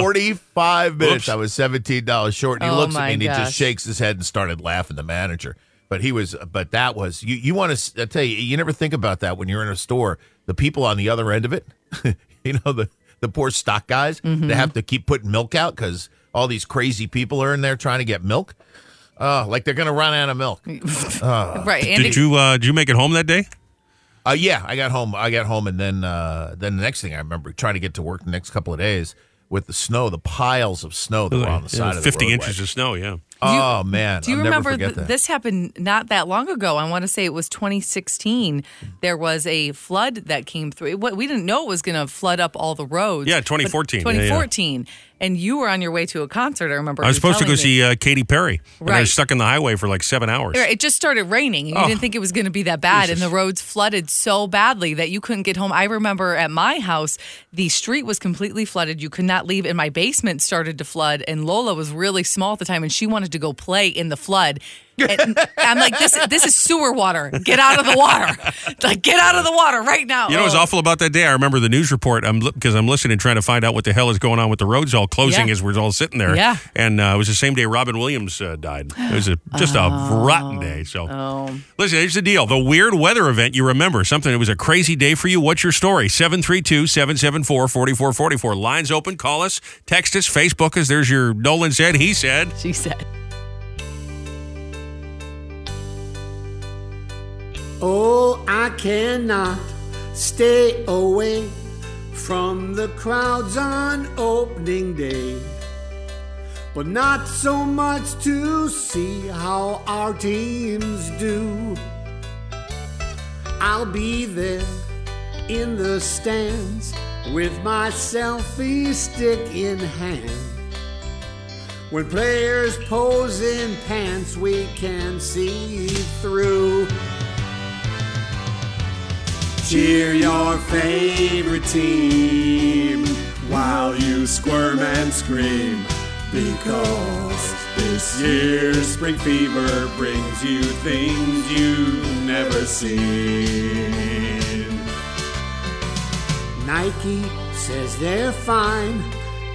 S2: 45 minutes,
S1: Uh,
S2: I
S1: Whoops.
S2: was $17 short. And he
S3: Oh,
S2: looks at
S3: my
S2: me and he
S3: gosh.
S2: just shakes his head and started laughing, the manager. But he was, but that was, you, you want to, I tell you, you never think about that when you're in a store. The people on the other end of it, you know, the, the poor stock guys,
S3: Mm-hmm.
S2: they have to keep putting milk out because all these crazy people are in there trying to get milk. Uh, like they're going to run out of milk.
S3: right. And
S1: did you uh, did you make it home that day?
S2: Uh, yeah, I got home. I got home, and then uh, then the next thing I remember trying to get to work the next couple of days with the snow, the piles of snow that were on the side of the
S1: Fifty
S2: roadway.
S1: inches of snow. Yeah.
S2: Oh man,
S3: Do you
S2: I'll
S3: remember
S2: never forget
S3: th-
S2: that.
S3: this happened not that long ago? I want to say it was 2016. There was a flood that came through. What we didn't know it was going to flood up all the roads.
S1: Yeah,
S3: but
S1: 2014. Yeah, yeah.
S3: 2014. And you were on your way to a concert. I remember.
S1: I was
S3: you
S1: supposed to go
S3: telling me.
S1: see uh, Katy Perry, and I
S3: Right.
S1: was stuck in the highway for like seven hours.
S3: It just started raining. You
S1: Oh.
S3: didn't think it was going to be that bad, and the roads flooded so badly that you couldn't get home. I remember at my house, the street was completely flooded. You could not leave, and my basement started to flood. And Lola was really small at the time, and she wanted to go play in the flood. And I'm like, this this is sewer water. Get out of the water. Like, get out of the water right now.
S1: You know what's
S3: Oh.
S1: awful about that day? I remember the news report. I'm because I'm listening, trying to find out what the hell is going on with the roads all closing
S3: Yeah.
S1: as we're all sitting there.
S3: Yeah.
S1: and uh, it was the same day Robin Williams uh, died. It was a, just a
S3: Oh.
S1: rotten day. So, listen, here's the deal: the weird weather event you remember, something that was a crazy day for you. What's your story? 732-774-4444. Lines open. Call us, text us, Facebook us. There's your Nolan said, he said.
S3: She said.
S10: Oh, I cannot stay away from the crowds on opening day. But not so much to see how our teams do. I'll be there in the stands with my selfie stick in hand. When players pose in pants, we can see through. Cheer your favorite team while you squirm and scream because this year's spring fever brings you things you've never seen. Nike says they're fine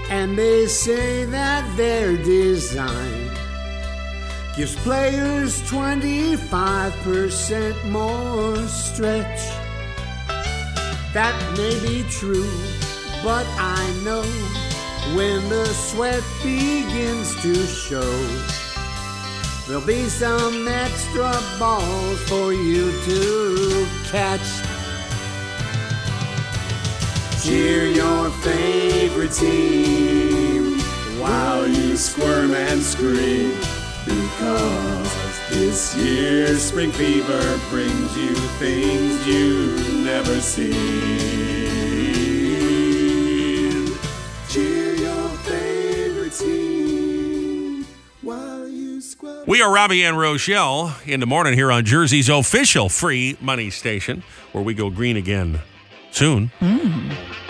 S10: and they say that their design gives players 25% more stretch. That may be true, but I know when the sweat begins to show, there'll be some extra balls for you to catch. Cheer your favorite team while you squirm and scream because this year's spring fever brings you things you've never seen. Cheer your favorite team while you squirm.
S1: We are Robbie and Rochelle in the morning here on Jersey's official free money station, where we go green again soon.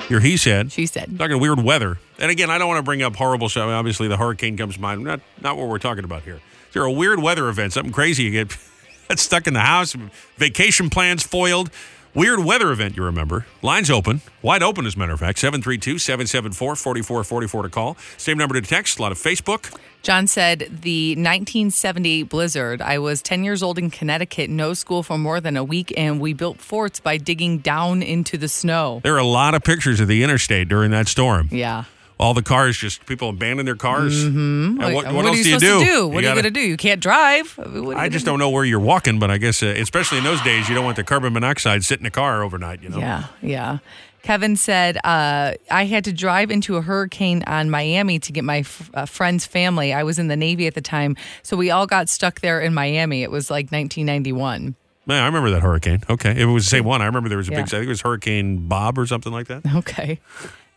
S1: Your he said.
S3: She said.
S1: talking weird weather. And again, I don't want to bring up horrible stuff. I mean, obviously, the hurricane comes to mind. Not not what we're talking about here. There are weird weather events. Something crazy. You get that's stuck in the house. Vacation plans foiled. Weird weather event, you remember. Lines open, wide open, as a matter of fact. 732 774 4444 to call. Same number to text, a lot of Facebook.
S3: John said the 1978 blizzard. I was 10 years old in Connecticut, no school for more than a week, and we built forts by digging down into the snow.
S1: There are a lot of pictures of the interstate during that storm.
S3: Yeah. Hmm?
S1: All the cars, just people abandon their cars.
S3: Mm-hmm.
S1: And what, what
S3: are
S1: else
S3: you
S1: do you
S3: supposed
S1: do?
S3: to do? What are you
S1: gotta-
S3: going to do? You can't drive. I, mean, what are
S1: I
S3: you
S1: just
S3: gonna
S1: don't know where you're walking, but I guess, uh, especially in those days, you don't want the carbon monoxide sitting in the car overnight, you know?
S3: Yeah, yeah. Kevin said, uh, I had to drive into a hurricane on Miami to get my f- uh, friend's family. I was in the Navy at the time, so we all got stuck there in Miami. It was like 1991.
S1: Man, I remember that hurricane. Okay. It was the same one. I remember there was a
S3: Yeah.
S1: big, I think it was Hurricane Bob or something like that.
S3: Okay.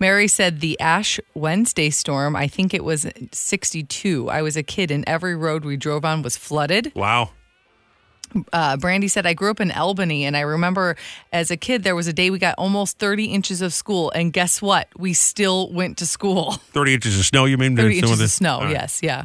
S3: Mary said, The Ash Wednesday storm, I think it was 62. I was a kid, and every road we drove on was flooded.
S1: Wow.
S3: Uh, Brandy said, I grew up in Albany, and I remember as a kid, there was a day we got almost 30 inches of school. And guess what? We still went to school.
S1: 30 inches of snow, you mean?
S3: 30
S1: Some
S3: inches
S1: the-
S3: of snow.
S1: All right.
S3: Yes, yeah.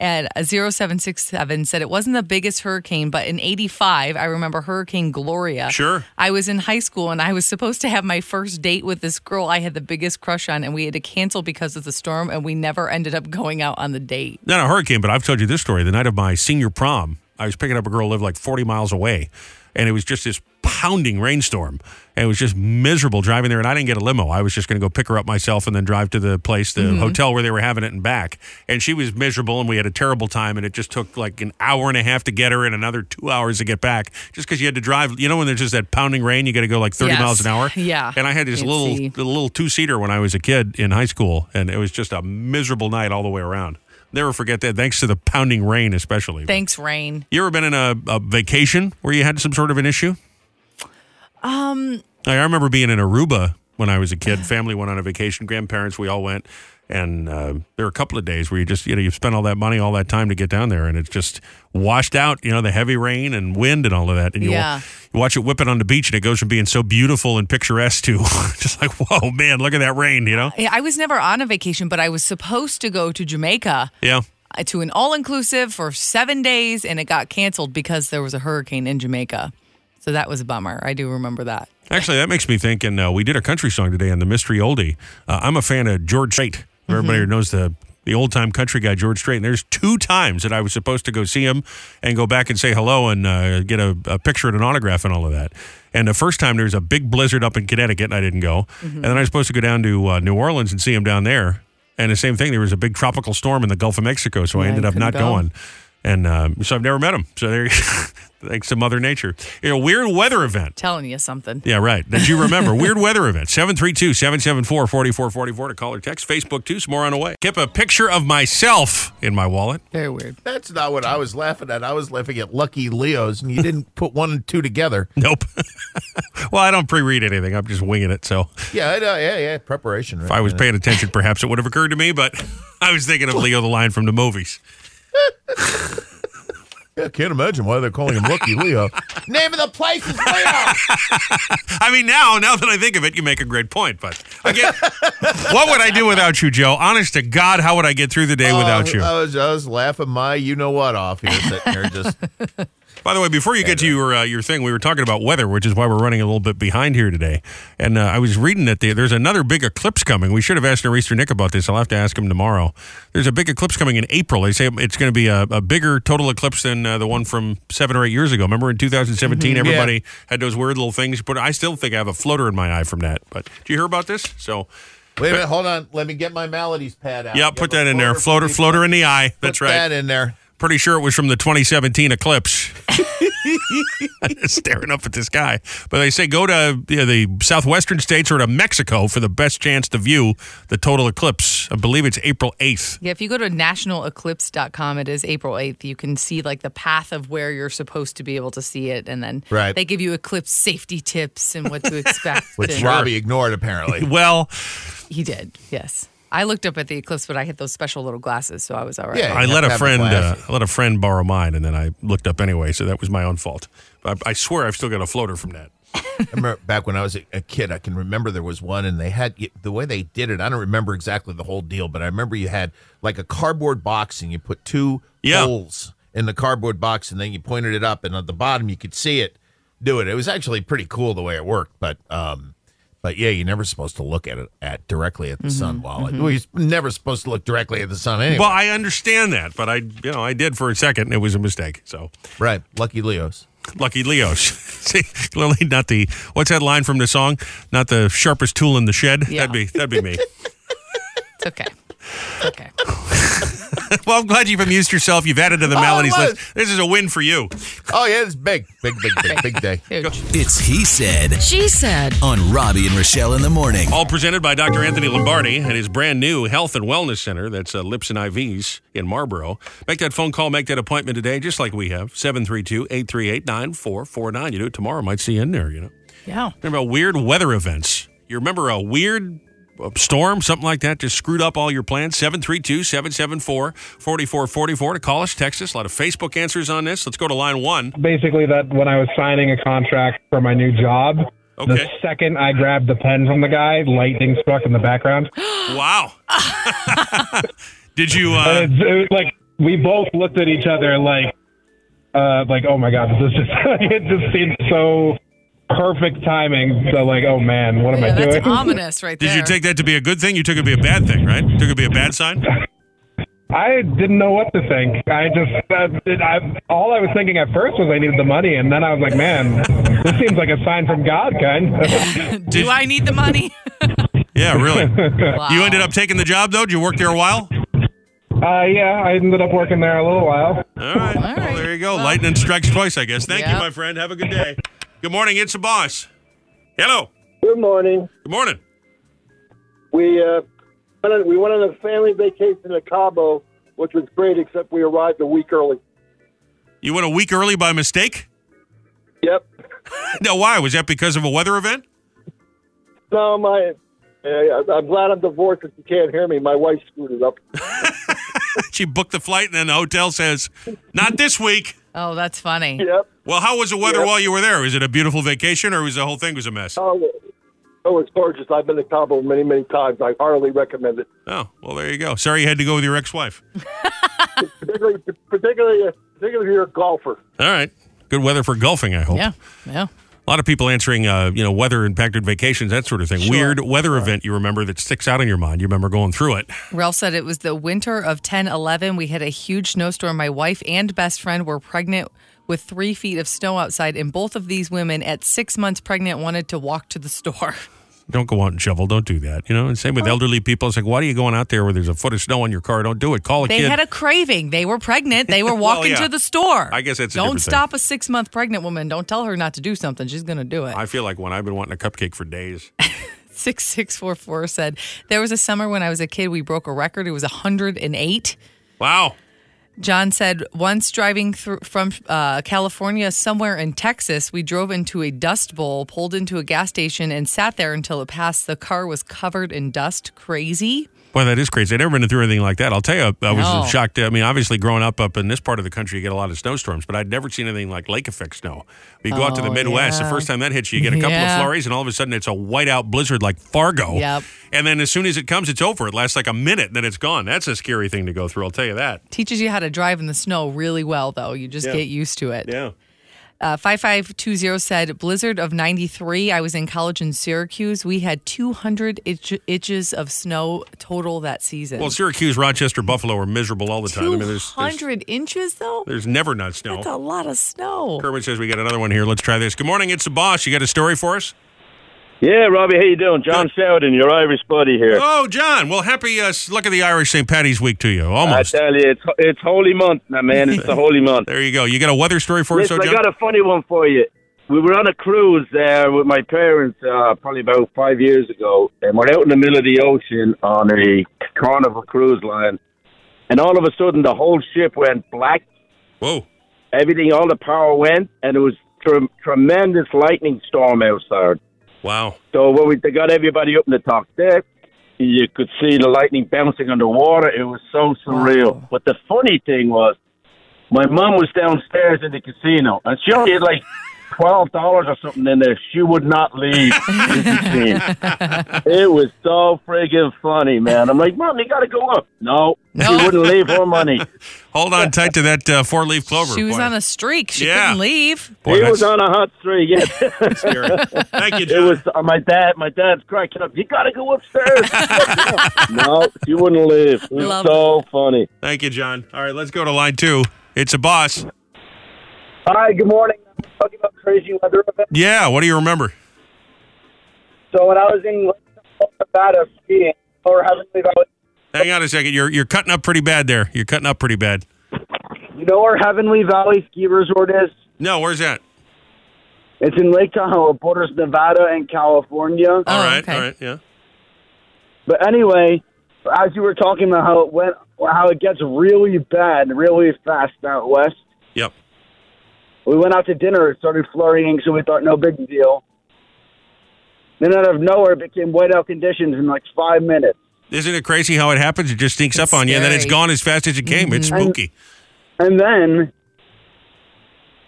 S3: And uh, 0767 said it wasn't the biggest hurricane, but in 85, I remember Hurricane Gloria.
S1: Uh, Sure.
S3: I was in high school and I was supposed to have my first date with this girl I had the biggest crush on, and we had to cancel because of the storm, and we never ended up going out on the date.
S1: Not a hurricane, but I've told you this story. The night of my senior prom, I was picking up a girl who lived like 40 miles away, and it was just this pounding rainstorm. And it was just miserable driving there, and I didn't get a limo. I was just going to go pick her up myself and then drive to the place, the
S3: Mm-hmm.
S1: hotel where they were having it, and back. And she was miserable, and we had a terrible time, and it just took like an hour and a half to get her and another two hours to get back just because you had to drive. You know, when there's just that pounding rain, you got to go like 30
S3: Yes.
S1: miles an hour?
S3: Yeah.
S1: And I had this
S3: You'd
S1: little,
S3: see.
S1: the little two seater when I was a kid in high school, and it was just a miserable night all the way around. Never forget that. Thanks to the pounding rain, especially.
S3: Thanks, Rain.
S1: you ever been in a, a vacation where you had some sort of an issue? Um,
S3: Um,
S1: I remember being in Aruba when I was a kid. Family went on a vacation. Grandparents, we all went, and uh, there were a couple of days where you just you know you spent all that money, all that time to get down there, and it's just washed out. You know the heavy rain and wind and all of that, and you,
S3: Yeah.
S1: you watch it whipping on the beach, and it goes from being so beautiful and picturesque to just like whoa, man, look at that rain. You know,
S3: Yeah, I was never on a vacation, but I was supposed to go to Jamaica
S1: yeah.
S3: uh, to an all inclusive for seven days, and it got canceled because there was a hurricane in Jamaica. So that was a bummer. I do remember that.
S1: Actually, that makes me think, and uh, we did a country song today on the Mystery Oldie. Uh, I'm a fan of George Strait. Everybody
S3: Mm-hmm.
S1: knows the the old time country guy George Strait. And there's two times that I was supposed to go see him and go back and say hello and uh, get a, a picture and an autograph and all of that. And the first time there was a big blizzard up in Connecticut, and I didn't go.
S3: Mm-hmm.
S1: And then I was supposed to go down to uh, New Orleans and see him down there. And the same thing, there was a big tropical storm in the Gulf of Mexico, so I
S3: Yeah,
S1: ended
S3: you
S1: up not
S3: couldn't go.
S1: going. And um, so I've never met him. So there, thanks to Mother Nature. A weird weather event.
S3: Telling you something.
S1: Yeah, right. That you remember. Weird weather event. 732 774 4444 to call or text. Facebook, too. Some more on the way. Kept a picture of myself in my wallet.
S3: Very weird.
S2: That's not what I was laughing at. I was laughing at Lucky Leo's, and you didn't put one and two together.
S1: Nope. well, I don't pre read anything. I'm just winging it. So
S2: Yeah, I know. yeah, yeah. Preparation. Right?
S1: if I was paying attention, perhaps it would have occurred to me, but I was thinking of Leo the Lion from the movies.
S2: Yeah, can't imagine why they're calling him Lucky Leo. Name of the place is Leo.
S1: I mean, now, now that I think of it, you make a great point. But again, what would I do without you, Joe? Honest to God, how would
S2: Uh,
S1: I get through the day without you?
S2: I was, I was laughing my you know what off here, sitting there just
S1: By the way, before you get to your uh, your thing, we were talking about weather, which is why we're running a little bit behind here today. And uh, I was reading that the, there's another big eclipse coming. We should have asked Nor'easter Nick about this. I'll have to ask him tomorrow. There's a big eclipse coming in April. They say it's going to be a, a bigger total eclipse than uh, the one from seven or eight years ago. Remember in 2017,
S2: Mhm.
S1: everybody had those weird little things. But I still think I have a floater in my eye from that. But do you hear about this? So
S2: Wait a minute, hold on. Let me get my maladies pad out.
S1: yeah,
S2: You
S1: put
S2: have a
S1: that in there.
S2: for
S1: Floater,
S2: me.
S1: floater in the eye. That's right.
S2: That in there.
S1: Pretty sure it was from the 2017 eclipse. Staring up at the sky. But they say go to you know, the southwestern states or to Mexico for the best chance to view the total eclipse. I believe it's April 8th.
S3: Yeah, if you go to nationaleclipse.com, it is April 8th. You can see like the path of where you're supposed to be able to see it. And then
S2: Right.
S3: they give you eclipse safety tips and what to expect.
S2: Which
S3: and-
S2: Robbie ignored apparently.
S1: Well,
S3: He did, yes. I looked up at the eclipse, but I had those special little glasses, so I was all right.
S2: Yeah.
S1: I
S2: you
S1: let
S2: have
S1: a
S2: to
S1: friend
S2: have the
S1: uh,
S2: glasses.
S1: I let a friend borrow mine and then I looked up anyway, so that was my own fault. But I, I swear I've still got a floater from that.
S2: I remember back when I was a, a kid, I can remember there was one, and they had the way they did it. I don't remember exactly the whole deal, but I remember you had like a cardboard box, and you put two
S1: Yeah.
S2: holes in the cardboard box, and then you pointed it up, and at the bottom you could see it do it. It was actually pretty cool the way it worked, but um, but yeah, you're never supposed to look at it at directly at the
S3: Mm-hmm.
S2: sun while it, well, you're never supposed to look directly at the sun anyway.
S1: Well, I understand that, but I you know, I did for a second and it was a mistake. So
S2: right, lucky Leos.
S1: Lucky Leos. See, clearly not the what's that line from the song? Not the sharpest tool in the shed.
S3: Yeah.
S1: That'd be that'd be me.
S3: It's okay. It's okay.
S1: well, I'm glad you've amused yourself. You've added to the
S2: Oh, it
S1: melodies
S2: was.
S1: list. This is a win for you.
S2: Oh yeah, it's big, big, big, big, big day.
S3: Huge.
S11: It's He Said
S3: She said,
S11: on Robbie and Rochelle in the morning.
S1: All presented by Dr. Anthony Lombardi and his brand new health and wellness center that's uh, Lips and IVs in Marlboro. Make that phone call, make that appointment today, just like we have 732 838 9449. You do it tomorrow, might see you in there, you know.
S3: yeah.
S1: Talking about weird weather events. You remember a weird uh, storm, something like that, just screwed up all your plans? 732 774 4444 to call us, text us. A lot of Facebook answers on this. Let's go to line one.
S12: basically that when I was signing a contract for my new job, the
S1: Okay.
S12: second I grabbed the pen from the guy, lightning struck in the background.
S1: Wow. Did you?
S12: And it's,
S1: Uh,
S12: it was like we both looked at each other like, uh, like oh my god, this is just it just seemed so perfect timing. So like oh man, what am
S3: Yeah,
S12: I
S3: that's
S12: doing?
S3: ominous right there.
S1: did you take that to be a good thing? You took it to be a bad thing, right? Took it to be a bad sign?
S12: I didn't know what to think. I just uh, it, I, all I was thinking at first was I needed the money, and then I was like, man, this seems like a sign from God, kind.
S3: Do I need the money?
S1: Yeah, really.
S3: Wow.
S1: You ended up taking the job, though? Did you work there a while?
S12: Uh, yeah, I ended up working there a little while.
S1: All right.
S3: All
S1: Well,
S3: right.
S1: there you go.
S3: Well-
S1: Lightning strikes twice, I guess. Thank you,
S3: Yeah.
S1: my friend. Have a good day. Good morning. It's the boss. Hello.
S7: Good morning.
S1: Good morning.
S7: We uh, went on, we went on a family vacation to Cabo, which was great, except we arrived a week early.
S1: You went a week early by mistake?
S7: Yep.
S1: No, why? Was that because of a weather event?
S7: No, my. Uh, I'm glad I'm divorced if you can't hear me. My wife screwed it up.
S1: She booked the flight and then the hotel says, not this week.
S3: Oh, that's funny.
S7: Yep.
S1: Well, how was the weather
S7: Yep.
S1: while you were there? Was it a beautiful vacation or was the whole thing was a mess? Oh,
S7: Oh, oh, it's gorgeous. I've been to Cabo many, many times. I heartily recommend it.
S1: Oh, well, there you go. Sorry you had to go with your ex-wife.
S7: Particularly, particularly, particularly if you're a golfer.
S1: All right. Good weather for golfing, I hope.
S3: Yeah. Yeah.
S1: A lot of people answering, uh, you know, weather impacted vacations, that sort of thing. Weird weather event you remember that sticks out in your mind. You remember going through it.
S3: Ralph said it was the winter of 10 11. We had a huge snowstorm. My wife and best friend were pregnant with three feet of snow outside, and both of these women, at six months pregnant, wanted to walk to the store.
S1: Don't go out and shovel. Don't do that. You know, and same with elderly people. It's like, why are you going out there where there's a foot of snow on your car? Don't do it. Call a
S3: They
S1: Oh, kid.
S3: had a craving. They were pregnant. They were
S1: Well,
S3: walking
S1: yeah.
S3: to the store.
S1: I guess that's a
S3: Don't
S1: different thing.
S3: stop a six month pregnant woman. Don't tell her not to do something. She's going to do it.
S1: I feel like when I've been wanting a cupcake for days.
S3: 6644 said, There was a summer when I was a kid, we broke a record. It was 108.
S1: Wow.
S3: John said, once driving through from uh, California somewhere in Texas, we drove into a dust bowl, pulled into a gas station, and sat there until it passed. The car was covered in dust. Crazy.
S1: Boy, that is crazy. I've never been through anything like that. I'll tell you, I was
S3: No.
S1: shocked. I mean, obviously, growing up up in this part of the country, you get a lot of snowstorms, but I'd never seen anything like lake effect snow. You go out to the
S3: Oh,
S1: Midwest, the
S3: yeah.
S1: first time that hits you, you get a couple
S3: Yeah.
S1: of flurries, and all of a sudden it's a whiteout blizzard like Fargo.
S3: Yep.
S1: And then as soon as it comes, it's over. It lasts like a minute, and then it's gone. That's a scary thing to go through. I'll tell you that.
S3: Teaches you how to drive in the snow really well, though. You just
S4: Yeah.
S3: get used to it.
S4: Yeah.
S3: Uh, 5520 said, Blizzard of 93. I was in college in Syracuse. We had 200 itch- inches of snow total that season.
S1: Well, Syracuse, Rochester, Buffalo are miserable all the time. I mean, there's, there's,
S3: 200 inches, though?
S1: there's never not snow.
S3: That's a lot of snow.
S1: Kermit says we got another one here. Let's try this. Good morning. It's the boss. You got a story for us?
S13: Yeah, Robbie, how you doing? John Sheridan, your Irish buddy here.
S1: Oh, John. Well, happy uh, luck of the Irish St. Patty's Week to you. Almost.
S13: I tell you, it's it's holy month, now, man. It's the holy month.
S1: There you go. You got a weather story for us,
S13: Listen,
S1: oh,
S13: I
S1: John?
S13: got a funny one for you. We were on a cruise there with my parents uh, probably about five years ago, and we're out in the middle of the ocean on a Carnival cruise line, and all of a sudden the whole ship went black.
S1: Whoa!
S13: Everything, all the power went, and it was tre- tremendous lightning storm outside.
S1: Wow!
S13: So when we they got everybody up in the top deck, you could see the lightning bouncing on the water. It was so surreal. But the funny thing was, my mom was downstairs in the casino, and she only had like twelve dollars or something in there. She would not leave. the casino. it was so friggin' funny, man. I'm like, mom, you got to go up. No, she wouldn't leave her money.
S1: Hold on tight to that uh, four leaf clover.
S3: She was
S1: Boy.
S3: on a streak. She
S1: Yeah.
S3: couldn't leave.
S1: Boy,
S13: he
S1: that's-
S13: was on a hot streak. Yes.
S1: Thank you,
S13: It was uh, my dad. My dad's cracking up. You got to go upstairs. no, you wouldn't leave. It was
S1: Love
S13: so funny.
S1: Thank you, John. All right, let's go to line two. It's a boss.
S14: Hi, good morning. I'm talking about crazy weather events.
S1: Yeah, what do you remember?
S14: So when I was in Lake Nevada skiing, or I believe I was,
S1: Hang on a second. You're you're cutting up pretty bad there. You're cutting up pretty bad.
S14: you know where Heavenly Valley Ski Resort is?
S1: No, where's that?
S14: It's in Lake Tahoe. It borders Nevada and California.
S1: all right, all right, yeah.
S14: But anyway, as you were talking about how it went, how it gets really bad, really fast out west.
S1: Yep.
S14: We went out to dinner. It started flurrying, so we thought no big deal. Then out of nowhere, it became whiteout conditions in like five minutes.
S1: Isn't it crazy how it happens? It just sneaks up on you, and then it's
S14: scary.
S1: gone as fast as it came. It's
S3: Mm-hmm.
S14: Mhm.
S1: spooky.
S14: And then,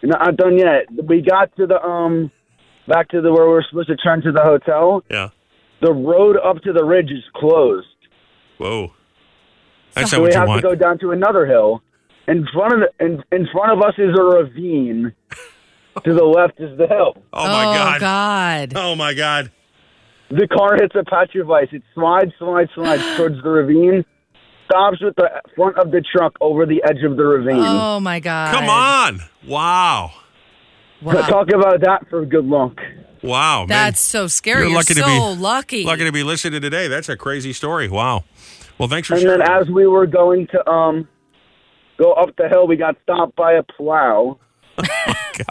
S14: and I'm not done yet. We got to the um, back to the where we are supposed to turn to the hotel.
S1: Yeah.
S14: The road up to the ridge is closed.
S1: Whoa. That's
S14: so
S1: not
S14: we
S1: what you
S14: have
S1: want.
S14: to go down to another hill. In front of the, in, in front of us is a ravine. to the left is the hill.
S1: Oh my God.
S3: God.
S1: Oh my God.
S14: The car hits a patch of ice. It slides, slides, slides towards the ravine. Stops with the front of the truck over the edge of the ravine.
S3: Oh, my God.
S1: Come on. Wow.
S14: Talk about that for good luck.
S1: Wow. man.
S3: That's so scary. You're,
S1: lucky
S3: so
S1: to be-
S3: lucky.
S1: Lucky to be listening today. That's a crazy story. Wow. Well, thanks for
S14: and
S1: sharing.
S14: then as we were going to um go up the hill, we got stopped by a plow.
S1: Oh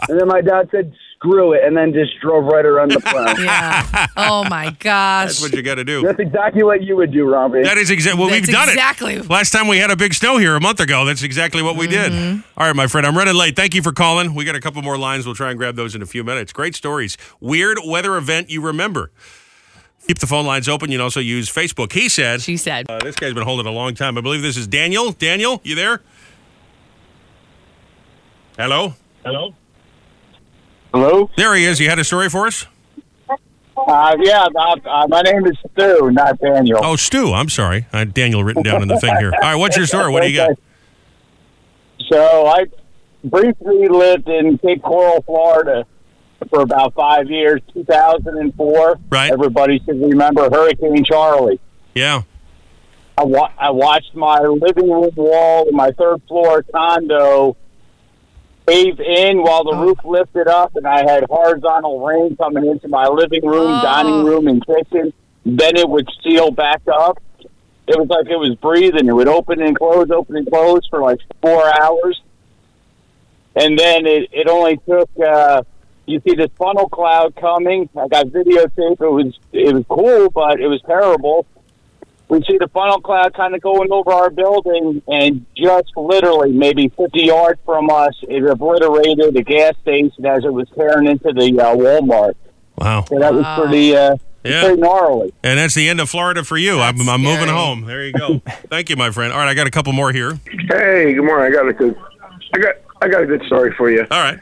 S14: and then my dad said, "Screw it," and then just drove right around the plow.
S3: yeah. Oh, my gosh.
S1: That's what you got to do.
S14: That's exactly what you would do, Robbie.
S1: That is exactly. Well,
S3: That's
S1: we've done it.
S3: exactly-
S1: Last time we had a big snow here a month ago. That's exactly what we did.
S3: Mm-hmm.
S1: All right, my friend. I'm running late. Thank you for calling. We got a couple more lines. We'll try and grab those in a few minutes. Great stories. Weird weather event you remember. Keep the phone lines open. You can also use Facebook. He said. She
S3: said.
S1: Uh, this guy's been holding a long time. I believe this is Daniel. Daniel, you there? Hello. Hello.
S15: Hello.
S1: There he is. You had a story for us.
S15: Uh, yeah, uh, uh, my name is Stu, not Daniel.
S1: Oh, Stu. I'm sorry. I had Daniel written down in the thing here. All right. What's your story? What do you got?
S15: So I briefly lived in Cape Coral, Florida, for about five years, 2004.
S1: Right.
S15: Everybody should remember Hurricane Charlie.
S1: Yeah.
S15: I, wa- I watched my living room wall in my third floor condo cave in while the roof lifted up, and I had horizontal rain coming into my living room, dining room, and kitchen. Then it would seal back up. It was like it was breathing. It would open and close, open and close for like four hours. And then it, it only took, uh, you see this funnel cloud coming. I got videotape. It was, it was cool, but it was terrible we see the funnel cloud kind of going over our building, and just literally maybe 50 yards from us, it obliterated the gas station as it was tearing into the uh, Walmart.
S1: Wow.
S15: So that was
S1: Wow.
S15: pretty, uh,
S1: Yeah.
S15: pretty gnarly.
S1: And that's the end of Florida for you. I'm, I'm moving home. There you go. Thank you, my friend. All right, I got a couple more here.
S16: Hey, good morning. I got a good, I got, I got a good story for you.
S1: All right.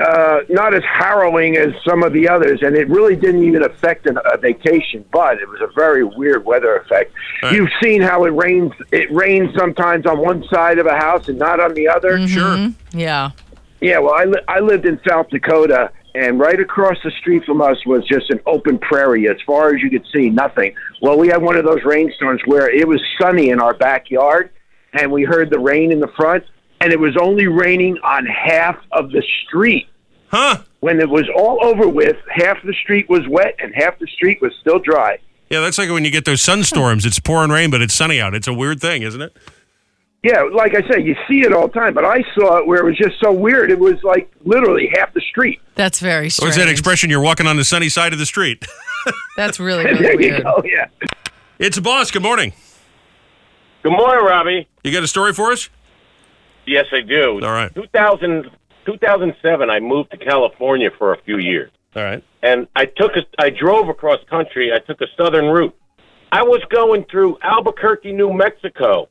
S16: Uh, not as harrowing as some of the others, and it really didn't even affect an, a vacation, but it was a very weird weather effect. You've seen how it rains. It rains sometimes on one side of a house and not on the other.
S3: Sure. Yeah.
S16: Yeah, well, I, li- I lived in South Dakota, and right across the street from us was just an open prairie. As far as you could see, nothing. Well, we had one of those rainstorms where it was sunny in our backyard, and we heard the rain in the front, and it was only raining on half of the street.
S1: Huh?
S16: When it was all over with, half the street was wet and half the street was still dry.
S1: Yeah, that's like when you get those sunstorms. It's pouring rain, but it's sunny out. It's a weird thing, isn't it?
S16: Yeah, like I said, you see it all the time, but I saw it where it was just so weird. It was like literally half the street.
S3: That's very
S1: Or is
S3: strange.
S1: that expression you're walking on the sunny side of the street?
S3: That's really,
S16: There
S3: really
S16: you
S3: weird.
S16: go, yeah.
S1: It's a boss. Good morning.
S17: Good morning, Robbie.
S1: You got a story for us?
S17: Yes, I do.
S1: All right.
S17: 2000, 2007, I moved to California for a few years.
S1: All right.
S17: And I took a, I drove across country. I took a southern route. I was going through Albuquerque, New Mexico,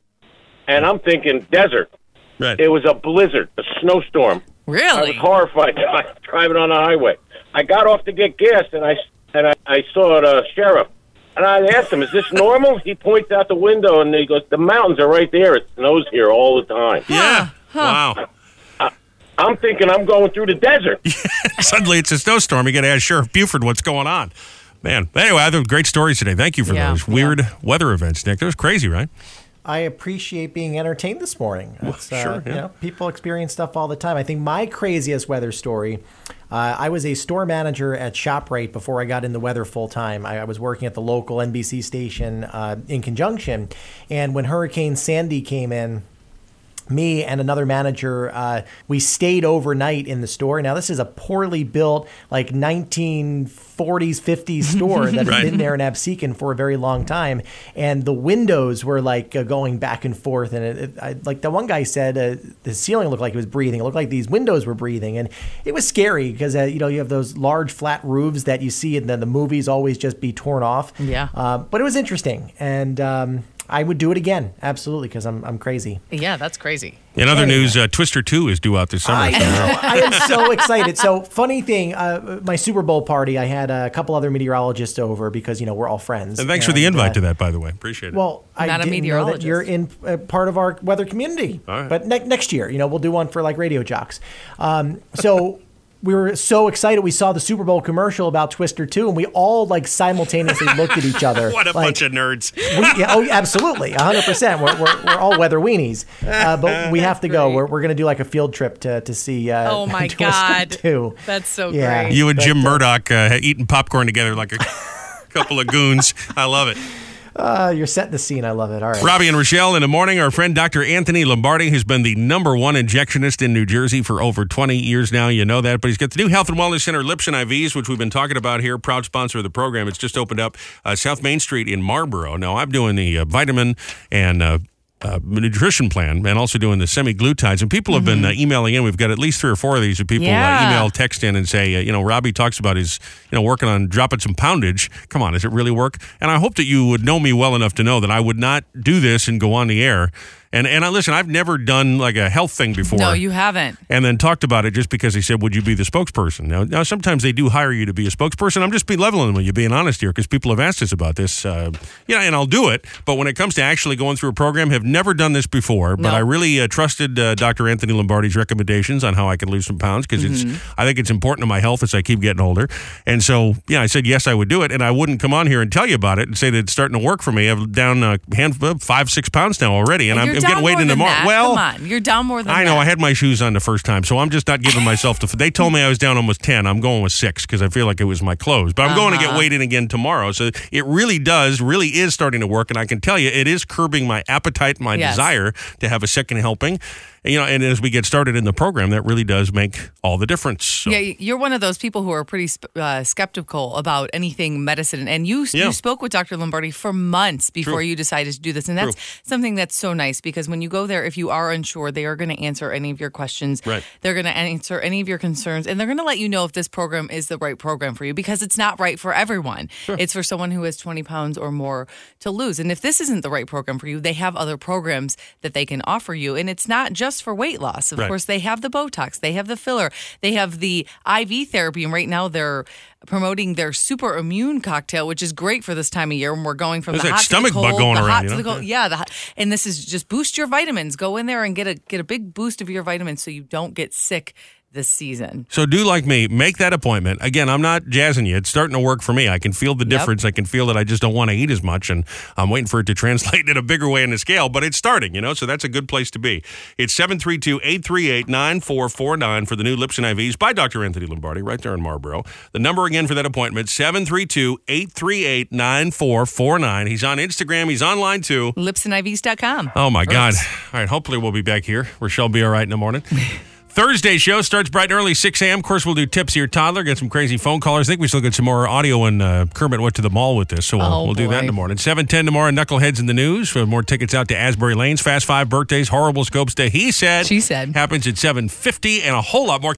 S17: and I'm thinking desert.
S1: Right.
S17: It was a blizzard, a snowstorm.
S3: Really?
S17: I was horrified driving on the highway. I got off to get gas, and I and I, I saw the sheriff, and I asked him, "Is this normal?" he points out the window, and he goes, "The mountains are right there. It snows here all the time."
S1: Yeah. Wow.
S17: I'm thinking I'm going through the desert.
S1: Suddenly it's a snowstorm. You got to ask Sheriff Buford what's going on. Man. Anyway, I have great stories today. Thank you for
S9: Yeah,
S1: those weird weather events, Nick. That was crazy, right?
S9: I appreciate being entertained this morning. That's, uh,
S1: sure, yeah.
S9: you know, people experience stuff all the time. I think my craziest weather story. Uh, I was a store manager at Shoprite before I got in the weather full time. I, I was working at the local NBC station uh, in conjunction, and when Hurricane Sandy came in, me and another manager, uh, we stayed overnight in the store. Now, this is a poorly built, like 1940s, 50s store that's
S18: Right.
S9: been there in Absecon for a very long time. And the windows were like uh, going back and forth. And it, it, I, like the one guy said, uh, the ceiling looked like it was breathing. It looked like these windows were breathing. And it was scary because, uh, you know, you have those large flat roofs that you see and then the movies always just be torn off.
S3: Yeah.
S9: Uh, but it was interesting. And um, I would do it again, absolutely, because I'm, I'm crazy.
S3: Yeah, that's crazy.
S1: In other news, uh, Twister 2 is due out this summer.
S9: I
S1: so-
S9: know. I am so excited. So funny thing, uh, my Super Bowl party, I had a couple other meteorologists over because you know we're all friends.
S1: And thanks for the
S9: And,
S1: invite
S9: uh,
S1: to that, by the way. Appreciate it.
S9: Well, I
S3: Not a
S9: didn't know
S3: meteorologist.
S9: that you're in uh, part of our weather community.
S1: All right.
S9: But ne- next year, you know, we'll do one for like radio jocks. Um, so. We were so excited. We saw the Super Bowl commercial about Twister 2, and we all like simultaneously looked at each other.
S1: what a
S9: like,
S1: bunch of nerds.
S9: we, yeah, oh, absolutely, 100%. We're, we're, we're all weather weenies. Uh, but we have to go. We're, we're going to do like a field trip to, to see. Uh,
S3: Oh my
S9: Twister
S3: God.
S9: 2.
S3: That's so
S9: Yeah.
S3: great.
S1: You and
S9: But,
S1: Jim
S9: uh,
S1: Murdoch uh, eating popcorn together like a couple of goons. I love it.
S9: Uh, you're setting the scene. I love it. All right.
S1: Robbie and Rochelle in the morning. Our friend Dr. Anthony Lombardi, who's been the number one injectionist in New Jersey for over 20 years now. You know that. But he's got the new Health and Wellness Center, Lips and IVs, which we've been talking about here. Proud sponsor of the program. It's just opened up uh, South Main Street in Marlboro. Now, I'm doing the uh, vitamin and uh, uh, nutrition plan and also doing the semi-glutides. And people have been uh, emailing in. We've got at least three or four of these that people
S19: Yeah.
S1: uh, email, text in, and say, uh, you know, Robbie talks about his, you know, working on dropping some poundage. Come on, does it really work? And I hope that you would know me well enough to know that I would not do this and go on the air. And and I listen, I've never done like a health thing before
S3: No, you haven't.
S1: and then talked about it just because they said, "Would you be the spokesperson?" Now, now sometimes they do hire you to be a spokesperson. I'm just be leveling with you, being honest here, because people have asked us about this. Uh, yeah, and I'll do it. But when it comes to actually going through a program, have never done this before. But
S19: No.
S1: I really uh, trusted uh, Dr. Anthony Lombardi's recommendations on how I can lose some pounds because
S19: Mhm.
S3: Mm-hmm.
S1: it's I think it's important to my health as I keep getting older. And so, yeah, I said yes, I would do it, and I wouldn't come on here and tell you about it and say that it's starting to work for me. I'm down a hand uh, five six pounds now already,
S3: And
S1: and, I'm,
S3: you're down
S1: I'm getting
S3: more
S1: weighed in
S3: than
S1: tomorrow.
S3: that.
S1: Well,
S3: come on, you're down more than
S1: I know.
S3: that.
S1: I had my shoes on the first time, so I'm just not giving myself the. They told me I was down almost ten. I'm going with six because I feel like it was my clothes. But I'm going to get
S19: Uh-huh.
S1: weighed in again tomorrow. So it really does, really is starting to work, and I can tell you, it is curbing my appetite, my
S19: Yes.
S1: desire to have a second helping. And, you know, and as we get started in the program, that really does make all the difference. So,
S3: Yeah, you're one of those people who are pretty sp- uh, skeptical about anything medicine, and you
S1: Yeah.
S3: you spoke with Dr. Lombardi for months before
S1: True.
S3: you decided to do this, and that's
S1: True.
S3: something that's so nice because when you go there, if you are unsure, they are going to answer any of your questions.
S1: Right.
S3: They're going to answer any of your concerns, and they're going to let you know if this program is the right program for you because it's not right for everyone. It's for someone who has 20 pounds or more to lose, and if this isn't the right program for you, they have other programs that they can offer you, and it's not just for weight loss. Of
S20: Right.
S3: course, they have the Botox, they have the filler, they have the IV therapy, and right now they're promoting their super immune cocktail, which is great for this time of year. And we're going from
S1: There's
S3: the
S1: that
S3: hot
S1: stomach
S3: to the
S1: bug
S3: cold,
S1: going
S3: the
S1: around,
S3: hot
S1: you
S3: to
S1: know?
S3: the cold. Yeah, the hot. and this is just boost your vitamins. Go in there and get a get a big boost of your vitamins so you don't get sick. this season.
S1: So do like me, make that appointment. Again, I'm not jazzing you. It's starting to work for me. I can feel the
S3: Yep.
S1: difference. I can feel that I just don't want to eat as much, and I'm waiting for it to translate in a bigger way in the scale. But it's starting, you know. So that's a good place to be. It's 732-838-9449 for the new Lips and IVs by Dr. Anthony Lombardi, right there in Marlboro. The number again for that appointment: 732-838-9449. He's on Instagram. He's online too.
S3: Lipsandivs.com.
S1: Oh my God! All right, hopefully we'll be back here. Rochelle will be all right in the morning. Thursday show starts bright and early, 6 a.m. Of course, we'll do tips here, toddler, get some crazy phone callers. I think we still get some more audio, and uh, Kermit went to the mall with this, so we'll,
S18: Oh,
S1: we'll do that
S18: boy.
S1: in the morning. 7.10 tomorrow, Knuckleheads in the News. For more tickets out to Asbury Lanes, Fast Five birthdays, Horrible Scopes Day, he said. She said. Happens at 7.50, and a whole lot more.